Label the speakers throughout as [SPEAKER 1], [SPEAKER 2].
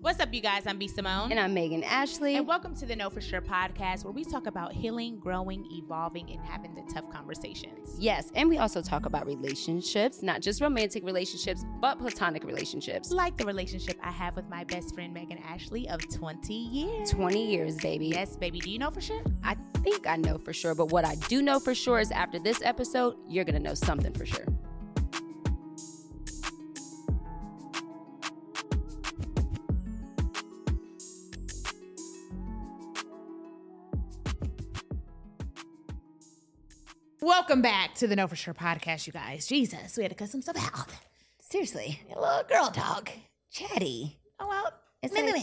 [SPEAKER 1] What's up, you guys? I'm B Simone.
[SPEAKER 2] And I'm Megan Ashley.
[SPEAKER 1] Uh-huh. And welcome to the Know For Sure podcast, where we talk about healing, growing, evolving, and having the tough conversations.
[SPEAKER 2] yes, and we also talk about relationships, not just romantic relationships, but platonic relationships.
[SPEAKER 1] Like the relationship I have with my best friend, Megan Ashley, of 20 years.
[SPEAKER 2] 20 years, baby.
[SPEAKER 1] Yes, baby. Do you know for sure?
[SPEAKER 2] I think I know for sure, but what I do know for sure is after this episode, you're going to know something for sure.
[SPEAKER 1] Welcome back to the Know For Sure podcast, you guys. Jesus, we had to cut some stuff out.
[SPEAKER 3] Seriously, a little girl dog, chatty.
[SPEAKER 1] Oh, well,
[SPEAKER 3] It's
[SPEAKER 1] meh, meh,
[SPEAKER 3] like-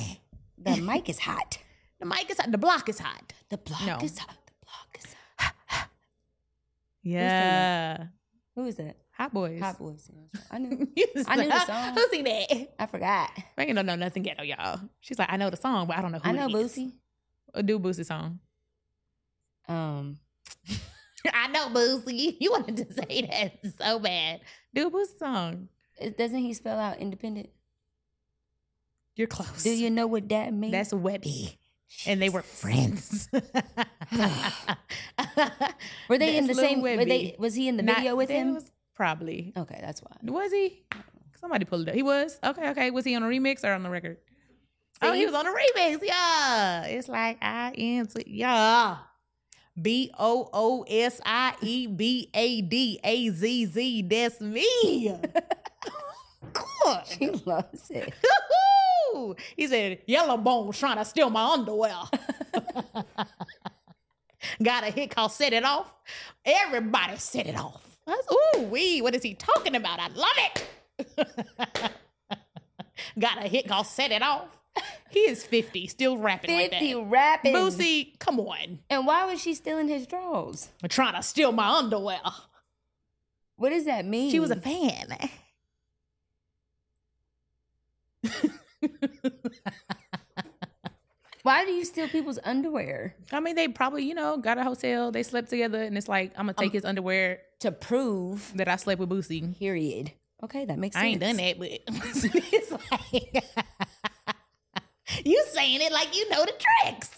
[SPEAKER 1] meh.
[SPEAKER 3] The mic is hot.
[SPEAKER 1] the mic is hot. The block is hot.
[SPEAKER 3] The block
[SPEAKER 1] No.
[SPEAKER 3] is hot. The block is hot.
[SPEAKER 1] Yeah.
[SPEAKER 3] Who is that?
[SPEAKER 1] Hot boys.
[SPEAKER 3] Hot boys. I knew.
[SPEAKER 1] I
[SPEAKER 3] I knew the song.
[SPEAKER 1] Who sing that?
[SPEAKER 3] I forgot.
[SPEAKER 1] Megan don't know nothing ghetto, y'all. She's like, I know the song, but I don't know who
[SPEAKER 3] I know
[SPEAKER 1] it is.
[SPEAKER 3] Boosie.
[SPEAKER 1] A do Boosie song.
[SPEAKER 3] Um,
[SPEAKER 1] I know Boosie. You wanted to say that so bad. Do Boosie song.
[SPEAKER 3] it, doesn't he spell out independent?
[SPEAKER 1] You're close.
[SPEAKER 3] Do you know what that means?
[SPEAKER 1] That's Webby. And they were friends.
[SPEAKER 3] were they in the
[SPEAKER 1] That's
[SPEAKER 3] same?
[SPEAKER 1] Lil
[SPEAKER 3] Were they?
[SPEAKER 1] Webby.
[SPEAKER 3] Was he in the
[SPEAKER 1] Not-
[SPEAKER 3] video with
[SPEAKER 1] that
[SPEAKER 3] him?
[SPEAKER 1] was probably.
[SPEAKER 3] okay, that's why.
[SPEAKER 1] Was he? Somebody pulled it up. He was? Okay, okay. Was he on a remix or on the record? Oh, he
[SPEAKER 3] See?
[SPEAKER 1] was on a remix. Yeah. It's like I N T. Yeah. B O O S I E B A D A Z Z. That's me. Good.
[SPEAKER 3] She loves it.
[SPEAKER 1] Woo-hoo! He said, Yellow bones trying to steal my underwear. Got a hit called Set It Off. Everybody set it off. That's, ooh, wee, what is he talking about? I love it. Got a hit called Set It Off. He is 50, still rapping
[SPEAKER 3] Fifty
[SPEAKER 1] like
[SPEAKER 3] rapping.
[SPEAKER 1] that. Boosie, come on.
[SPEAKER 3] And why was she stealing his drawers?
[SPEAKER 1] Trying to steal my underwear.
[SPEAKER 3] What does that mean?
[SPEAKER 1] She was a fan.
[SPEAKER 3] Why do you steal people's underwear
[SPEAKER 1] I mean, they probably, you know, got a hotel. They slept together, and it's like, I'm going to take his underwear
[SPEAKER 3] to prove?
[SPEAKER 1] that I slept with Boosie.
[SPEAKER 3] Period. Okay, that makes sense.
[SPEAKER 1] I ain't done that, but it's like you saying it like you know the tricks.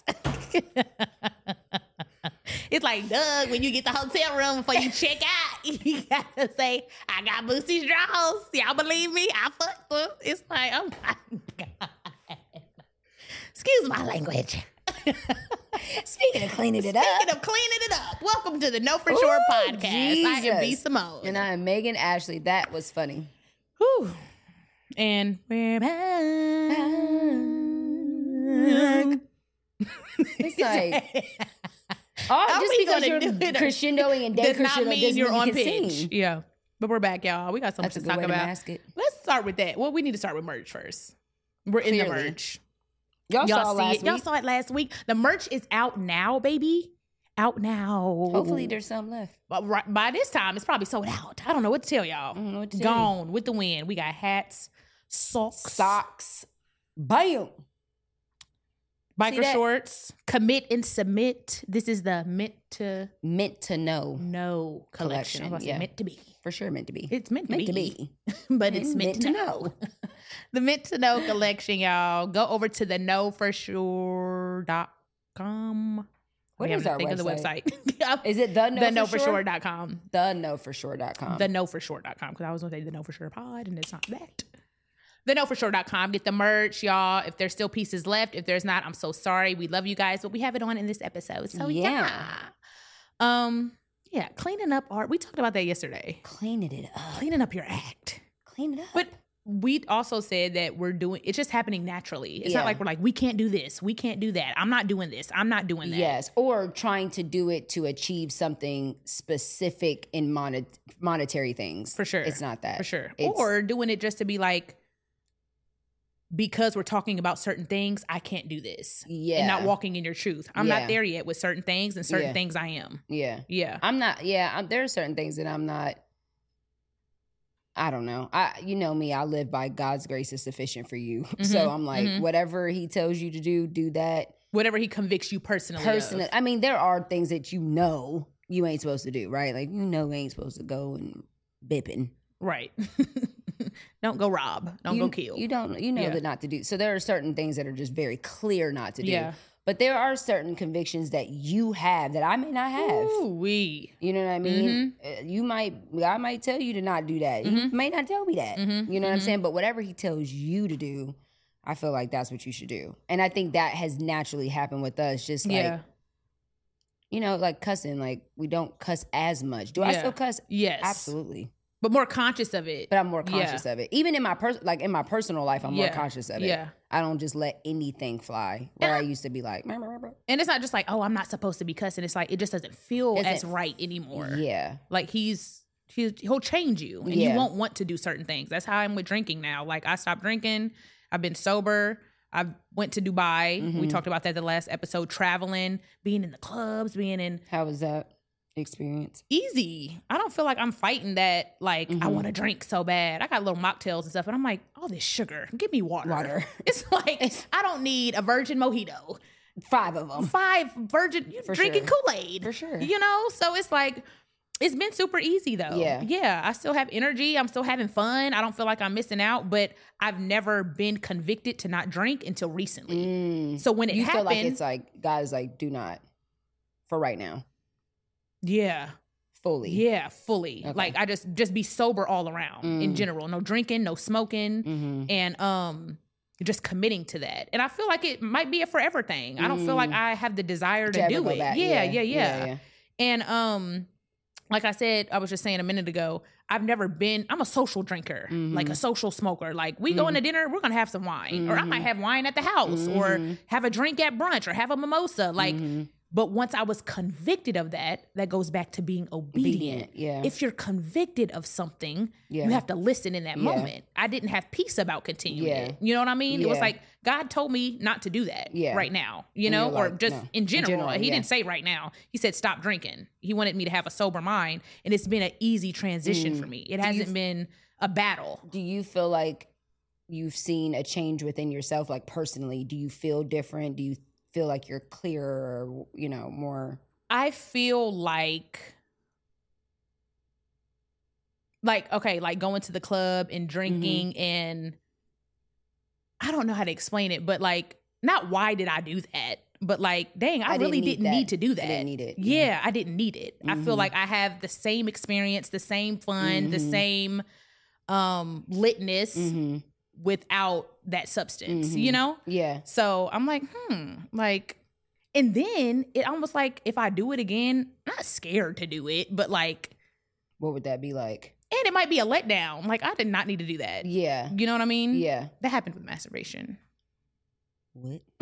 [SPEAKER 1] it's like Doug when you get the hotel room before you check out, you gotta say, "I got Boosie's draws." Y'all believe me? I fucked them. It's like, oh my god. Excuse my language.
[SPEAKER 3] Speaking of cleaning it up,
[SPEAKER 1] Speaking of cleaning it up, welcome to the No For Sure
[SPEAKER 3] Ooh,
[SPEAKER 1] podcast. I am B
[SPEAKER 3] Jesus.
[SPEAKER 1] Simone,
[SPEAKER 3] and I'm Megan Ashley. That was funny.
[SPEAKER 1] Whew. And we're back.
[SPEAKER 3] It's like all,
[SPEAKER 1] How
[SPEAKER 3] just
[SPEAKER 1] we
[SPEAKER 3] because
[SPEAKER 1] gonna
[SPEAKER 3] you're
[SPEAKER 1] do it?
[SPEAKER 3] crescendoing and
[SPEAKER 1] Does
[SPEAKER 3] decrescendoing
[SPEAKER 1] not
[SPEAKER 3] doesn't
[SPEAKER 1] mean you're on
[SPEAKER 3] you can
[SPEAKER 1] pitch.
[SPEAKER 3] sing.
[SPEAKER 1] Yeah. But we're back, y'all. We got so much
[SPEAKER 3] That's a
[SPEAKER 1] to talk
[SPEAKER 3] good way to
[SPEAKER 1] about.
[SPEAKER 3] mask it.
[SPEAKER 1] Let's start with that. Well, we need to start with merch first. We're in the
[SPEAKER 3] Clearly.
[SPEAKER 1] merch.
[SPEAKER 3] Y'all, saw
[SPEAKER 1] see
[SPEAKER 3] last
[SPEAKER 1] it. Y'all
[SPEAKER 3] week.
[SPEAKER 1] saw it last week. The merch is out now, baby. Out now.
[SPEAKER 3] Hopefully, there's some left.
[SPEAKER 1] But right, by this time, it's probably sold out. I don't know what to tell y'all.
[SPEAKER 3] I don't know what to tell you.
[SPEAKER 1] Gone with the wind. We got hats, socks,
[SPEAKER 3] Socks. Bam. See
[SPEAKER 1] biker
[SPEAKER 3] that?
[SPEAKER 1] shorts. Commit and submit. This is the meant to
[SPEAKER 3] Meant to know.
[SPEAKER 1] know collection. I
[SPEAKER 3] Collection,
[SPEAKER 1] was gonna say
[SPEAKER 3] yeah.
[SPEAKER 1] meant to be.
[SPEAKER 3] For sure, meant to be.
[SPEAKER 1] It's meant to
[SPEAKER 3] meant
[SPEAKER 1] be,
[SPEAKER 3] to be. Mm,
[SPEAKER 1] but
[SPEAKER 3] And
[SPEAKER 1] it's meant, to know. the meant to know collection, y'all. Go over to the know for sure dot com.
[SPEAKER 3] What is our
[SPEAKER 1] think of the
[SPEAKER 3] website?
[SPEAKER 1] website?
[SPEAKER 3] Is it the
[SPEAKER 1] the know
[SPEAKER 3] no
[SPEAKER 1] for sure dot com.
[SPEAKER 3] The know for sure dot com.
[SPEAKER 1] the know for sure.com because I was gonna say the know for sure pod and it's not that. The know for sure.com. Get the merch, y'all. If there's still pieces left, if there's not, I'm so sorry. We love you guys, but we have it on in this episode. So yeah.
[SPEAKER 3] Yeah.
[SPEAKER 1] Um, yeah, cleaning up art. We talked about that yesterday.
[SPEAKER 3] Cleaning it up.
[SPEAKER 1] Cleaning up your act.
[SPEAKER 3] Clean it up.
[SPEAKER 1] But we also said that we're doing it's just happening naturally. It's
[SPEAKER 3] Yeah.
[SPEAKER 1] not like we're like, we can't do this, we can't do that. I'm not doing this, I'm not doing that.
[SPEAKER 3] Yes, or trying to do it to achieve something specific in monet- monetary things.
[SPEAKER 1] For sure.
[SPEAKER 3] It's not that.
[SPEAKER 1] for sure.
[SPEAKER 3] It's-
[SPEAKER 1] or doing it just to be like, because we're talking about certain things, I can't do this.
[SPEAKER 3] Yeah.
[SPEAKER 1] And not walking in your truth. I'm
[SPEAKER 3] Yeah.
[SPEAKER 1] not there yet with certain things, and certain
[SPEAKER 3] Yeah.
[SPEAKER 1] things I am.
[SPEAKER 3] Yeah.
[SPEAKER 1] Yeah.
[SPEAKER 3] I'm not, yeah, I'm, there are certain things that I'm not, I don't know. I, you know me, I live by God's grace is sufficient for you. So
[SPEAKER 1] Mhm,
[SPEAKER 3] I'm like,
[SPEAKER 1] mhm.
[SPEAKER 3] whatever he tells you to do, do that.
[SPEAKER 1] Whatever he convicts you personally.
[SPEAKER 3] Personal,
[SPEAKER 1] Personally.
[SPEAKER 3] I mean, there are things that you know you ain't supposed to do, right? Like, you know, you ain't supposed to go and bipping.
[SPEAKER 1] Right. don't go rob. Don't
[SPEAKER 3] you,
[SPEAKER 1] go kill.
[SPEAKER 3] You don't you know
[SPEAKER 1] Yeah.
[SPEAKER 3] that not to do. So there are certain things that are just very clear not to do.
[SPEAKER 1] Yeah.
[SPEAKER 3] But there are certain convictions that you have that I may not have.
[SPEAKER 1] we.
[SPEAKER 3] You know what I mean?
[SPEAKER 1] Mm-hmm.
[SPEAKER 3] Uh, You might, I might tell you to not do that. You may not tell me that.
[SPEAKER 1] Mhm.
[SPEAKER 3] You know what I'm saying? But whatever he tells you to do, I feel like that's what you should do. And I think that has naturally happened with us. Just like,
[SPEAKER 1] yeah.
[SPEAKER 3] you know, like cussing, like we don't cuss as much. Do I
[SPEAKER 1] Yeah.
[SPEAKER 3] still cuss?
[SPEAKER 1] Yes.
[SPEAKER 3] Absolutely.
[SPEAKER 1] But more conscious of it.
[SPEAKER 3] But I'm more
[SPEAKER 1] Yeah.
[SPEAKER 3] conscious of it. Even in my person, like in my personal life, I'm more
[SPEAKER 1] Yeah.
[SPEAKER 3] conscious of it.
[SPEAKER 1] yeah.
[SPEAKER 3] I don't just let anything fly. Where
[SPEAKER 1] And
[SPEAKER 3] I
[SPEAKER 1] I-
[SPEAKER 3] used to be like, "Meow, meow, meow,
[SPEAKER 1] And it's not just like, oh, I'm not supposed to be cussing. It's like it just doesn't feel
[SPEAKER 3] Doesn't-
[SPEAKER 1] as right anymore.
[SPEAKER 3] meow." yeah,
[SPEAKER 1] Like he's he'll, he'll change you, and
[SPEAKER 3] Yeah.
[SPEAKER 1] you won't want to do certain things. That's how I'm with drinking now. Like I stopped drinking. I've been sober. I went to Dubai. We
[SPEAKER 3] Mhm.
[SPEAKER 1] talked about that the last episode. Traveling, being in the clubs, being in
[SPEAKER 3] how was that experience?
[SPEAKER 1] easy. I don't feel like I'm fighting that. Like I
[SPEAKER 3] Mhm.
[SPEAKER 1] want to drink so bad. I got little mocktails and stuff, and I'm like, all this sugar. Give me water.
[SPEAKER 3] Water,
[SPEAKER 1] It's like I don't need a virgin mojito.
[SPEAKER 3] five of them
[SPEAKER 1] Five virgin you
[SPEAKER 3] Um, For
[SPEAKER 1] drinking
[SPEAKER 3] sure.
[SPEAKER 1] Kool Aid.
[SPEAKER 3] for sure.
[SPEAKER 1] You know, so it's like it's been super easy though.
[SPEAKER 3] Yeah.
[SPEAKER 1] Yeah. I still have energy. I'm still having fun. I don't feel like I'm missing out, but I've never been convicted to not drink until recently.
[SPEAKER 3] Mm.
[SPEAKER 1] So when it
[SPEAKER 3] you
[SPEAKER 1] happened,
[SPEAKER 3] feel like it's like God is like, do not for right now,
[SPEAKER 1] yeah,
[SPEAKER 3] fully.
[SPEAKER 1] yeah, fully.
[SPEAKER 3] Okay.
[SPEAKER 1] Like I just just be sober all around in
[SPEAKER 3] Mm.
[SPEAKER 1] general. No drinking, no smoking,
[SPEAKER 3] Mhm.
[SPEAKER 1] and um just committing to that. And I feel like it might be a forever thing. I don't feel like
[SPEAKER 3] Mm.
[SPEAKER 1] I have the desire to,
[SPEAKER 3] ever
[SPEAKER 1] do
[SPEAKER 3] go
[SPEAKER 1] it.
[SPEAKER 3] back,
[SPEAKER 1] yeah, yeah. yeah. And um, like I said, I was just saying a minute ago, I've never been. I'm a social drinker,
[SPEAKER 3] Mhm.
[SPEAKER 1] like a social smoker. Like we
[SPEAKER 3] Mm-hmm.
[SPEAKER 1] going to dinner, we're gonna have some wine, or I might
[SPEAKER 3] Mhm.
[SPEAKER 1] have wine at the house, or
[SPEAKER 3] Mhm.
[SPEAKER 1] have a drink at brunch, or have a mimosa. Like,
[SPEAKER 3] Mhm.
[SPEAKER 1] but once I was convicted of that, that goes back to being obedient.
[SPEAKER 3] obedient. Yeah,
[SPEAKER 1] If you're convicted of something,
[SPEAKER 3] yeah.
[SPEAKER 1] you have to listen in that
[SPEAKER 3] Yeah.
[SPEAKER 1] moment. I didn't have peace about continuing
[SPEAKER 3] Yeah.
[SPEAKER 1] it. You know what I mean? It was
[SPEAKER 3] Yeah.
[SPEAKER 1] like God told me not to do that
[SPEAKER 3] Yeah.
[SPEAKER 1] right now, you
[SPEAKER 3] And
[SPEAKER 1] know,
[SPEAKER 3] you're
[SPEAKER 1] or
[SPEAKER 3] like,
[SPEAKER 1] just
[SPEAKER 3] no.
[SPEAKER 1] in general.
[SPEAKER 3] general,
[SPEAKER 1] he
[SPEAKER 3] yeah.
[SPEAKER 1] didn't say right now. He said stop drinking. He wanted me to have a sober mind, and it's been an easy transition
[SPEAKER 3] Mm.
[SPEAKER 1] for me. It
[SPEAKER 3] you
[SPEAKER 1] hasn't
[SPEAKER 3] f-
[SPEAKER 1] been a battle.
[SPEAKER 3] do you feel like you've seen a change within yourself, like personally? Do you feel different? Do you feel like you're clearer? or, You know, more.
[SPEAKER 1] I feel like like okay, like going to the club and drinking
[SPEAKER 3] Mm-hmm.
[SPEAKER 1] and I don't know how to explain it, but like not why did I do that? But like, dang, I,
[SPEAKER 3] I didn't
[SPEAKER 1] really
[SPEAKER 3] need
[SPEAKER 1] didn't
[SPEAKER 3] that.
[SPEAKER 1] need to do that.
[SPEAKER 3] I didn't need it.
[SPEAKER 1] yeah, I didn't need it. I feel
[SPEAKER 3] Mhm.
[SPEAKER 1] like I have the same experience, the same fun, the
[SPEAKER 3] Mhm.
[SPEAKER 1] same um litness
[SPEAKER 3] hmm
[SPEAKER 1] without that substance, you
[SPEAKER 3] Mhm.
[SPEAKER 4] Mm-hmm.
[SPEAKER 1] know?
[SPEAKER 3] Yeah.
[SPEAKER 1] So I'm like, hmm, like, and then it almost like if I do it again, not scared to do it, but like,
[SPEAKER 3] What would that be like?
[SPEAKER 1] and it might be a letdown. Like I did not need to do that.
[SPEAKER 3] Yeah.
[SPEAKER 1] You know what I mean?
[SPEAKER 3] Yeah.
[SPEAKER 1] That happened with masturbation.
[SPEAKER 3] What?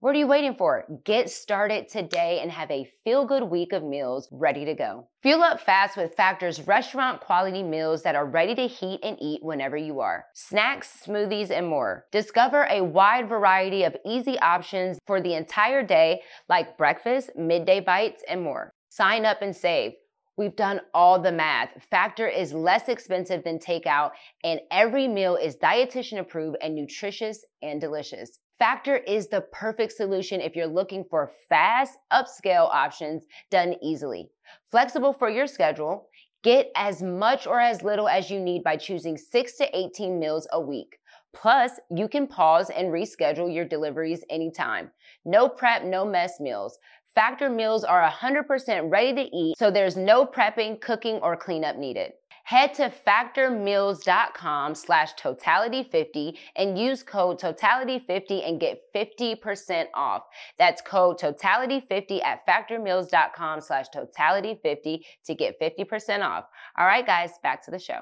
[SPEAKER 5] What are you waiting for? Get started today and have a feel good week of meals ready to go. Fuel up fast with Factor's restaurant quality meals that are ready to heat and eat whenever you are. Snacks, smoothies, and more. Discover a wide variety of easy options for the entire day, like breakfast, midday bites, and more. Sign up and save. We've done all the math. Factor is less expensive than takeout and every meal is dietitian approved and nutritious and delicious. Factor is the perfect solution if you're looking for fast, upscale options done easily. Flexible for your schedule, get as much or as little as you need by choosing 6 to 18 meals a week. Plus, you can pause and reschedule your deliveries anytime. No prep, no mess meals. Factor meals are 100% ready to eat, so there's no prepping, cooking, or cleanup needed. Head to factormeals.com slash totality50 and use code totality50 and get 50% off. That's code totality50 at factormeals.com slash totality50 to get 50% off. All right, guys, back to the show.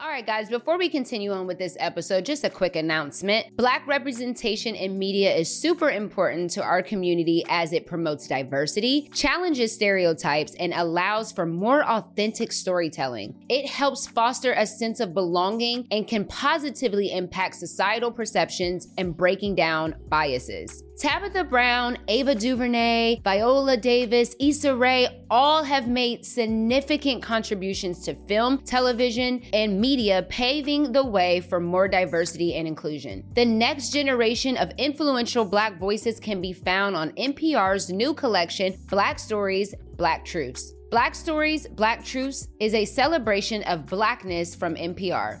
[SPEAKER 3] All right, guys, before we continue on with this episode, just a quick announcement. Black representation in media is super important to our community as it promotes diversity, challenges stereotypes, and allows for more authentic storytelling. It helps foster a sense of belonging and can positively impact societal perceptions and breaking down biases. Tabitha Brown, Ava DuVernay, Viola Davis, Issa Rae all have made significant contributions to film, television, and media, paving the way for more diversity and inclusion. The next generation of influential Black voices can be found on NPR's new collection, Black Stories, Black Truths. Black Stories, Black Truths is a celebration of Blackness from NPR.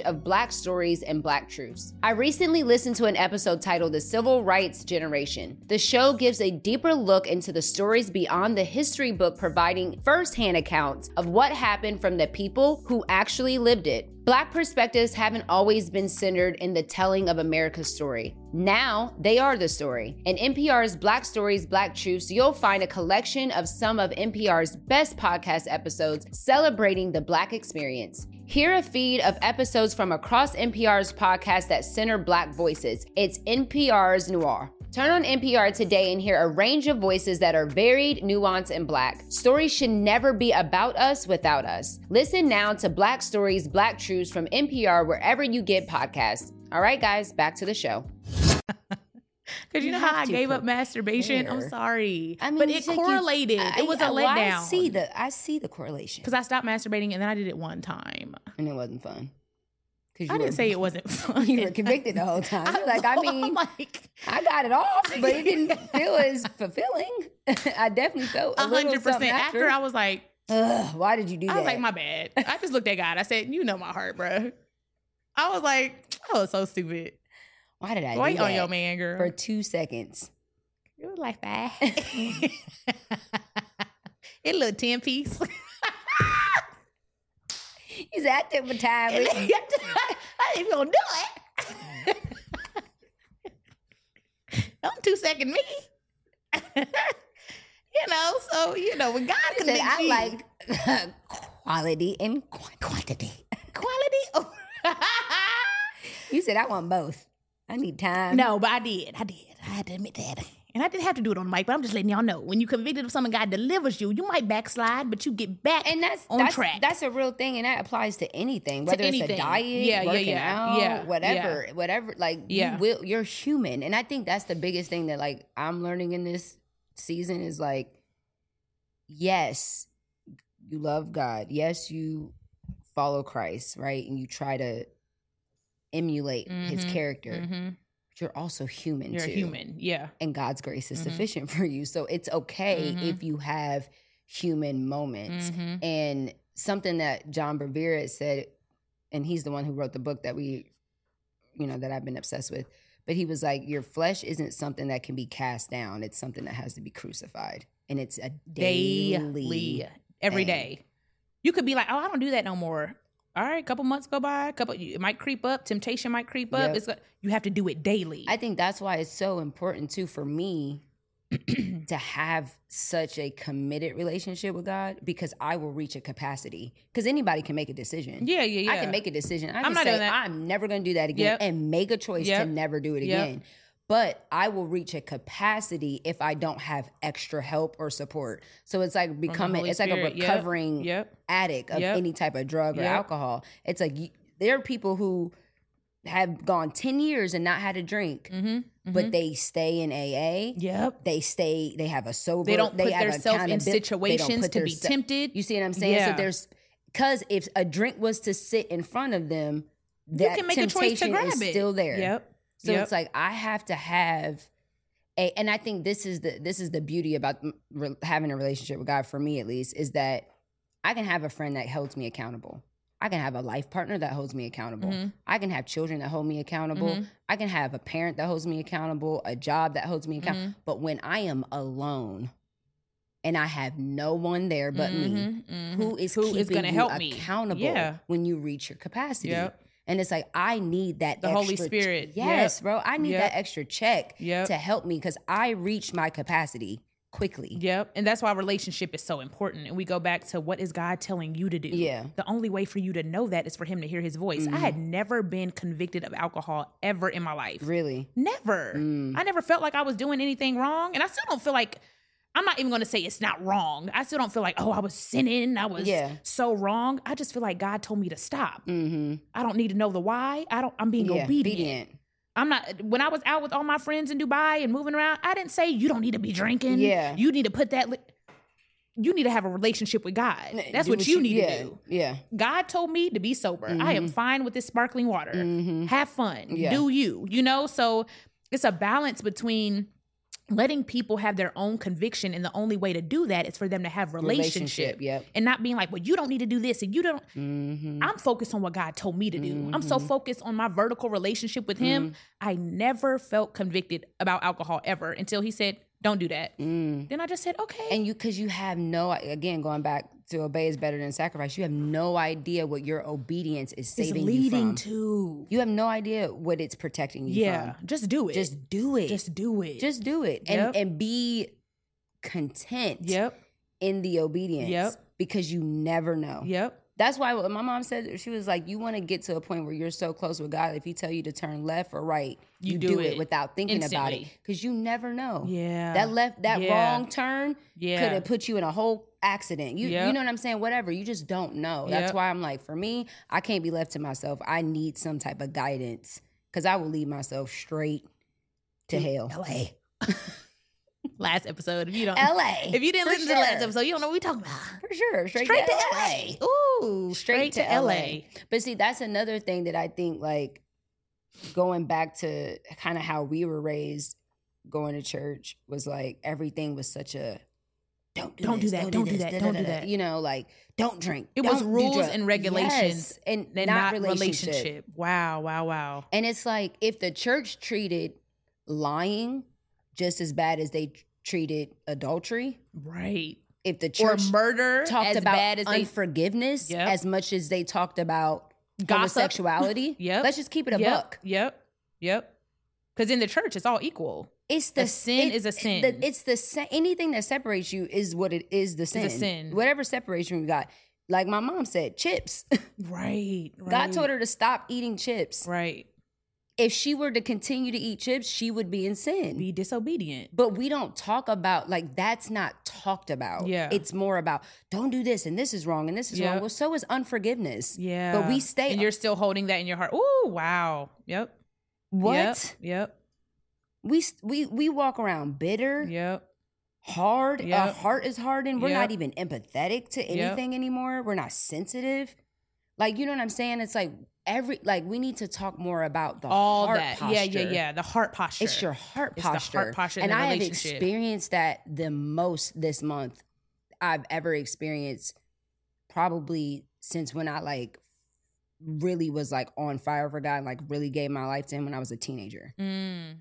[SPEAKER 3] of Black stories and Black truths. I recently listened to an episode titled The Civil Rights Generation. The show gives a deeper look into the stories beyond the history book, providing firsthand accounts of what happened from the people who actually lived it. Black perspectives haven't always been centered in the telling of America's story. Now they are the story. In NPR's Black Stories, Black Truths, you'll find a collection of some of NPR's best podcast episodes celebrating the Black experience. Hear a feed of episodes from across NPR's podcasts that center Black voices. It's NPR's Noir. Turn on NPR today and hear a range of voices that are varied, nuanced, and black. Stories should never be about us without us. Listen now to Black Stories, Black Truths from NPR wherever you get podcasts. All right, guys, back to the show.
[SPEAKER 1] Because you,
[SPEAKER 4] You
[SPEAKER 1] know how
[SPEAKER 4] have
[SPEAKER 1] I
[SPEAKER 4] to
[SPEAKER 1] gave up masturbation? I'm
[SPEAKER 4] prepare.
[SPEAKER 1] sorry.
[SPEAKER 4] I mean,
[SPEAKER 1] but
[SPEAKER 4] you
[SPEAKER 1] it
[SPEAKER 4] think you-
[SPEAKER 1] correlated. it was a
[SPEAKER 4] well, I see
[SPEAKER 1] letdown.
[SPEAKER 4] the I see the correlation,
[SPEAKER 1] Because I stopped masturbating and then I did it one time.
[SPEAKER 4] and it wasn't fun. Because
[SPEAKER 1] I didn't say it wasn't fun.
[SPEAKER 4] You were convicted the whole time. You're like, I
[SPEAKER 1] know,
[SPEAKER 4] mean,
[SPEAKER 1] I'm like,
[SPEAKER 4] I got it off, but it didn't feel as fulfilling. I definitely felt a little
[SPEAKER 1] hundred percent.
[SPEAKER 4] something after.
[SPEAKER 1] After I was like,
[SPEAKER 4] Ugh, why did you do
[SPEAKER 1] I
[SPEAKER 4] that?
[SPEAKER 1] was like, my bad. I just looked at God. I said, you know my heart, bruh. I was like, I was so stupid.
[SPEAKER 4] why did I
[SPEAKER 1] Wait
[SPEAKER 4] do
[SPEAKER 1] on
[SPEAKER 4] that
[SPEAKER 1] your man, girl.
[SPEAKER 4] for two seconds?
[SPEAKER 1] It was like that. it looked ten piece.
[SPEAKER 4] He's active with time.
[SPEAKER 1] I ain't gonna do it. Don't two second me. you know, so you know when God
[SPEAKER 4] He
[SPEAKER 1] can
[SPEAKER 4] said, I like quality and qu- quantity.
[SPEAKER 1] quality.
[SPEAKER 4] You said I want both. I need time.
[SPEAKER 1] no, but I did. I did. I had to admit that. And I didn't have to do it on the mic, but I'm just letting y'all know. When you convicted of something, God delivers you. You might backslide, but you get back
[SPEAKER 4] and that's
[SPEAKER 1] on
[SPEAKER 4] that's,
[SPEAKER 1] track.
[SPEAKER 4] that's a real thing, and that applies to anything, whether
[SPEAKER 1] anything.
[SPEAKER 4] it's a diet,
[SPEAKER 1] Yeah, yeah,
[SPEAKER 4] working
[SPEAKER 1] yeah,
[SPEAKER 4] out,
[SPEAKER 1] yeah,
[SPEAKER 4] whatever, whatever. Like
[SPEAKER 1] Yeah.
[SPEAKER 4] you will, you're human, and I think that's the biggest thing that like I'm learning in this season is like, yes, you love God, yes, you follow Christ, right, and you try to emulate His
[SPEAKER 1] Mhm,
[SPEAKER 4] character.
[SPEAKER 1] Mhm.
[SPEAKER 4] But you're also human.
[SPEAKER 1] You're a
[SPEAKER 4] too
[SPEAKER 1] human. Yeah.
[SPEAKER 4] and God's grace is
[SPEAKER 1] Mhm.
[SPEAKER 4] sufficient for you. So it's okay
[SPEAKER 1] Mhm.
[SPEAKER 4] if you have human moments.
[SPEAKER 1] Mhm.
[SPEAKER 4] And something that John Bevere had said, and he's the one who wrote the book that we, you know, that I've been obsessed with. But he was like, Your flesh isn't something that can be cast down, it's something that has to be crucified. And it's a daily.
[SPEAKER 1] daily, every
[SPEAKER 4] thing.
[SPEAKER 1] day. You could be like, "Oh, I don't do that no more." All right, couple months go by, couple it might creep up, temptation might creep up.
[SPEAKER 4] Yep.
[SPEAKER 1] It's go- you have to do it daily.
[SPEAKER 4] I think that's why it's so important, too, for me to have such a committed relationship with God because I will reach a capacity. Because anybody can make a decision.
[SPEAKER 1] yeah, yeah, yeah.
[SPEAKER 4] I can make a decision. I
[SPEAKER 1] I'm
[SPEAKER 4] can
[SPEAKER 1] not
[SPEAKER 4] say
[SPEAKER 1] doing that.
[SPEAKER 4] I'm never going to do that again
[SPEAKER 1] Yep.
[SPEAKER 4] and make a choice
[SPEAKER 1] Yep.
[SPEAKER 4] to never do it
[SPEAKER 1] Yep.
[SPEAKER 4] again. But I will reach a capacity if I don't have extra help or support. So it's like becoming
[SPEAKER 1] Holy
[SPEAKER 4] it's like a
[SPEAKER 1] Spirit. Yep.
[SPEAKER 4] recovering
[SPEAKER 1] Yep.
[SPEAKER 4] addict of
[SPEAKER 1] Yep.
[SPEAKER 4] any type of drug or
[SPEAKER 1] Yep.
[SPEAKER 4] alcohol. It's like you, there are people who have gone 10 years and not had a drink,
[SPEAKER 1] Mm-hmm.
[SPEAKER 4] but they stay in AA.
[SPEAKER 1] yep.
[SPEAKER 4] They stay they have a sober
[SPEAKER 1] They don't put
[SPEAKER 4] have
[SPEAKER 1] themselves in
[SPEAKER 4] accountability- they don't
[SPEAKER 1] situations
[SPEAKER 4] put
[SPEAKER 1] to be
[SPEAKER 4] theirse-
[SPEAKER 1] tempted.
[SPEAKER 4] you see what I'm saying?
[SPEAKER 1] Yeah.
[SPEAKER 4] So there's because if a drink was to sit in front of them, that
[SPEAKER 1] you can make a choice to
[SPEAKER 4] temptation
[SPEAKER 1] grab
[SPEAKER 4] is
[SPEAKER 1] it.
[SPEAKER 4] still there.
[SPEAKER 1] Yep.
[SPEAKER 4] So
[SPEAKER 1] Yep.
[SPEAKER 4] it's like I have to have a, and I think this is the this is the beauty about m- re- having a relationship with God for me at least is that I can have a friend that holds me accountable.
[SPEAKER 3] I can have a life partner that holds me accountable.
[SPEAKER 1] Mhm.
[SPEAKER 3] I can have children that hold me accountable.
[SPEAKER 1] Mhm.
[SPEAKER 3] I can have a parent that holds me accountable, a job that holds me accountable.
[SPEAKER 1] Mhm.
[SPEAKER 3] But when I am alone and I have no one there but me,
[SPEAKER 1] Mhm. Mhm.
[SPEAKER 3] who is
[SPEAKER 1] Who
[SPEAKER 3] keeping
[SPEAKER 1] is gonna
[SPEAKER 3] you
[SPEAKER 1] help me?
[SPEAKER 3] accountable
[SPEAKER 1] Yeah.
[SPEAKER 3] when you reach your capacity?
[SPEAKER 1] Yep.
[SPEAKER 3] And it's like I need that
[SPEAKER 1] The Holy
[SPEAKER 3] extra-
[SPEAKER 1] Spirit. Yep.
[SPEAKER 3] Yes, bro. I need
[SPEAKER 1] Yep.
[SPEAKER 3] that extra check
[SPEAKER 1] Yep.
[SPEAKER 3] to help me because I reach my capacity quickly.
[SPEAKER 1] Yep. And that's why relationship is so important. And we go back to what is God telling you to do?
[SPEAKER 3] Yeah. Mm-hmm.
[SPEAKER 1] The only way for you to know that is for him to hear his voice. I had never been convicted of alcohol ever in my life.
[SPEAKER 3] Really?
[SPEAKER 1] Never.
[SPEAKER 3] Mm.
[SPEAKER 1] I never felt like I was doing anything wrong. And I still don't feel like I'm not even gonna say it's not wrong. I still don't feel like, oh, I was sinning, I was
[SPEAKER 3] Yeah.
[SPEAKER 1] so wrong. I just feel like God told me to stop.
[SPEAKER 3] Mm-hmm.
[SPEAKER 1] I don't need to know the why. I don't I'm being
[SPEAKER 3] Yeah.
[SPEAKER 1] obedient. I'm not when I was out with all my friends in Dubai and moving around, I didn't say you don't need to be drinking.
[SPEAKER 3] Yeah.
[SPEAKER 1] You need to put that li- you need to have a relationship with God.
[SPEAKER 3] N-
[SPEAKER 1] That's
[SPEAKER 3] do
[SPEAKER 1] what, you, need
[SPEAKER 3] yeah,
[SPEAKER 1] to do.
[SPEAKER 3] Yeah.
[SPEAKER 1] God told me to be sober. I am fine with this sparkling water.
[SPEAKER 3] Mhm.
[SPEAKER 1] Have fun.
[SPEAKER 3] Yeah.
[SPEAKER 1] Do you, you know? So it's a balance between letting people have their own conviction and the only way to do that is for them to have relationship,
[SPEAKER 3] Relationship, yep.
[SPEAKER 1] and not being like well you don't need to do this and you don't
[SPEAKER 3] Mm-hmm.
[SPEAKER 1] I'm focused on what God told me to do. I'm so focused on my vertical relationship with Him.
[SPEAKER 3] Mm-hmm.
[SPEAKER 1] I never felt convicted about alcohol ever until He said, "Don't do that." Then I just said, "Okay."
[SPEAKER 3] Mm. And you, because you have no, again, going back to obey is better than sacrifice, you have no idea what your obedience is
[SPEAKER 1] it's
[SPEAKER 3] saving you
[SPEAKER 1] leading
[SPEAKER 3] from.
[SPEAKER 1] to
[SPEAKER 3] you have no idea what it's protecting you
[SPEAKER 1] yeah.
[SPEAKER 3] from.
[SPEAKER 1] Just do it.
[SPEAKER 3] Just do it.
[SPEAKER 1] just do it.
[SPEAKER 3] Just do it.
[SPEAKER 1] Yep.
[SPEAKER 3] And, and be content
[SPEAKER 1] yep,
[SPEAKER 3] in the obedience
[SPEAKER 1] Yep.
[SPEAKER 3] because you never know.
[SPEAKER 1] yep,
[SPEAKER 3] That's why what my mom said she was like, you want to get to a point where you're so close with God. If He tell you to turn left or right,
[SPEAKER 1] You
[SPEAKER 3] you,
[SPEAKER 1] do
[SPEAKER 3] do, it,
[SPEAKER 1] it
[SPEAKER 3] without thinking about it
[SPEAKER 1] instantly.
[SPEAKER 3] because you never know.
[SPEAKER 1] yeah.
[SPEAKER 3] That left that
[SPEAKER 1] Yeah.
[SPEAKER 3] wrong turn
[SPEAKER 1] Yeah.
[SPEAKER 3] could have put you in a whole accident. You
[SPEAKER 1] Yep.
[SPEAKER 3] you know what I'm saying? Whatever. You just don't know. That's
[SPEAKER 1] Yep.
[SPEAKER 3] why I'm like, for me, I can't be left to myself. I need some type of guidance because I will lead myself straight to hell.
[SPEAKER 1] LA. last episode. If you don't,
[SPEAKER 3] LA.
[SPEAKER 1] if you didn't
[SPEAKER 3] for
[SPEAKER 1] listen to the last
[SPEAKER 3] sure.
[SPEAKER 1] episode, you don't know what we talking about.
[SPEAKER 3] for sure. Straight,
[SPEAKER 1] Straight
[SPEAKER 3] to,
[SPEAKER 1] to
[SPEAKER 3] LA.
[SPEAKER 1] LA. Ooh, straight, to, LA.
[SPEAKER 3] But see, that's another thing that I think, like, going back to kind of how we were raised, going to church was like everything was such a don't do
[SPEAKER 1] Don't do
[SPEAKER 3] this,
[SPEAKER 1] that, don't do
[SPEAKER 3] this,
[SPEAKER 1] that,
[SPEAKER 3] da,
[SPEAKER 1] don't
[SPEAKER 3] da,
[SPEAKER 1] do
[SPEAKER 3] da,
[SPEAKER 1] that.
[SPEAKER 3] You know, like don't drink.
[SPEAKER 1] It was
[SPEAKER 3] don't do
[SPEAKER 1] rules
[SPEAKER 3] drugs.
[SPEAKER 1] and regulations
[SPEAKER 3] Yes, and,
[SPEAKER 1] And
[SPEAKER 3] not, relationship.
[SPEAKER 1] Wow, wow, wow.
[SPEAKER 3] And it's like if the church treated lying just as bad as they treated adultery,
[SPEAKER 1] Right.
[SPEAKER 3] if the church
[SPEAKER 1] or murder
[SPEAKER 3] talked
[SPEAKER 1] as
[SPEAKER 3] about
[SPEAKER 1] bad as they
[SPEAKER 3] unforgiveness
[SPEAKER 1] Yep.
[SPEAKER 3] as much as they talked about
[SPEAKER 1] Gossip.
[SPEAKER 3] homosexuality.
[SPEAKER 1] Yep.
[SPEAKER 3] Let's just keep it a
[SPEAKER 1] yep,
[SPEAKER 3] buck.
[SPEAKER 1] Yep. Yep. Because in the church, it's all equal.
[SPEAKER 3] It's the
[SPEAKER 1] A sin
[SPEAKER 3] it-
[SPEAKER 1] is a
[SPEAKER 3] it-
[SPEAKER 1] sin.
[SPEAKER 3] the- it's the sin. Anything that separates you is what it is. The sin.
[SPEAKER 1] sin.
[SPEAKER 3] Whatever separation you got. Like my mom said, chips.
[SPEAKER 1] Right. right
[SPEAKER 3] God told her to stop eating chips.
[SPEAKER 1] Right.
[SPEAKER 3] If she were to continue to eat chips, she would be in sin.
[SPEAKER 1] Be disobedient.
[SPEAKER 3] but we don't talk about like that's not talked about.
[SPEAKER 1] Yeah.
[SPEAKER 3] it's more about don't do this and this is wrong and this is
[SPEAKER 1] Yeah.
[SPEAKER 3] wrong. Well, so is unforgiveness.
[SPEAKER 1] Yeah.
[SPEAKER 3] but we stay.
[SPEAKER 1] And you're still holding that in your heart. Ooh, wow. Yep.
[SPEAKER 3] what
[SPEAKER 1] Yep.
[SPEAKER 3] we s- we we walk around bitter.
[SPEAKER 1] Yep. yep.
[SPEAKER 3] hard. Our
[SPEAKER 1] Yep.
[SPEAKER 3] heart is hardened. We're
[SPEAKER 1] Yep.
[SPEAKER 3] not even empathetic to anything anymore. We're not sensitive. Like you know what I'm saying? It's like every like we need to talk more about the
[SPEAKER 1] All
[SPEAKER 3] heart
[SPEAKER 1] that.
[SPEAKER 3] Posture.
[SPEAKER 1] Yeah, yeah, yeah. The heart posture.
[SPEAKER 3] It's your heart
[SPEAKER 1] It's the heart
[SPEAKER 3] posture.
[SPEAKER 1] posture in
[SPEAKER 3] and
[SPEAKER 1] the
[SPEAKER 3] I have
[SPEAKER 1] relationship.
[SPEAKER 3] experienced that the most this month I've ever experienced, probably since when I like really was like on fire for God and like really gave my life to Him when I was a teenager.
[SPEAKER 1] Mm.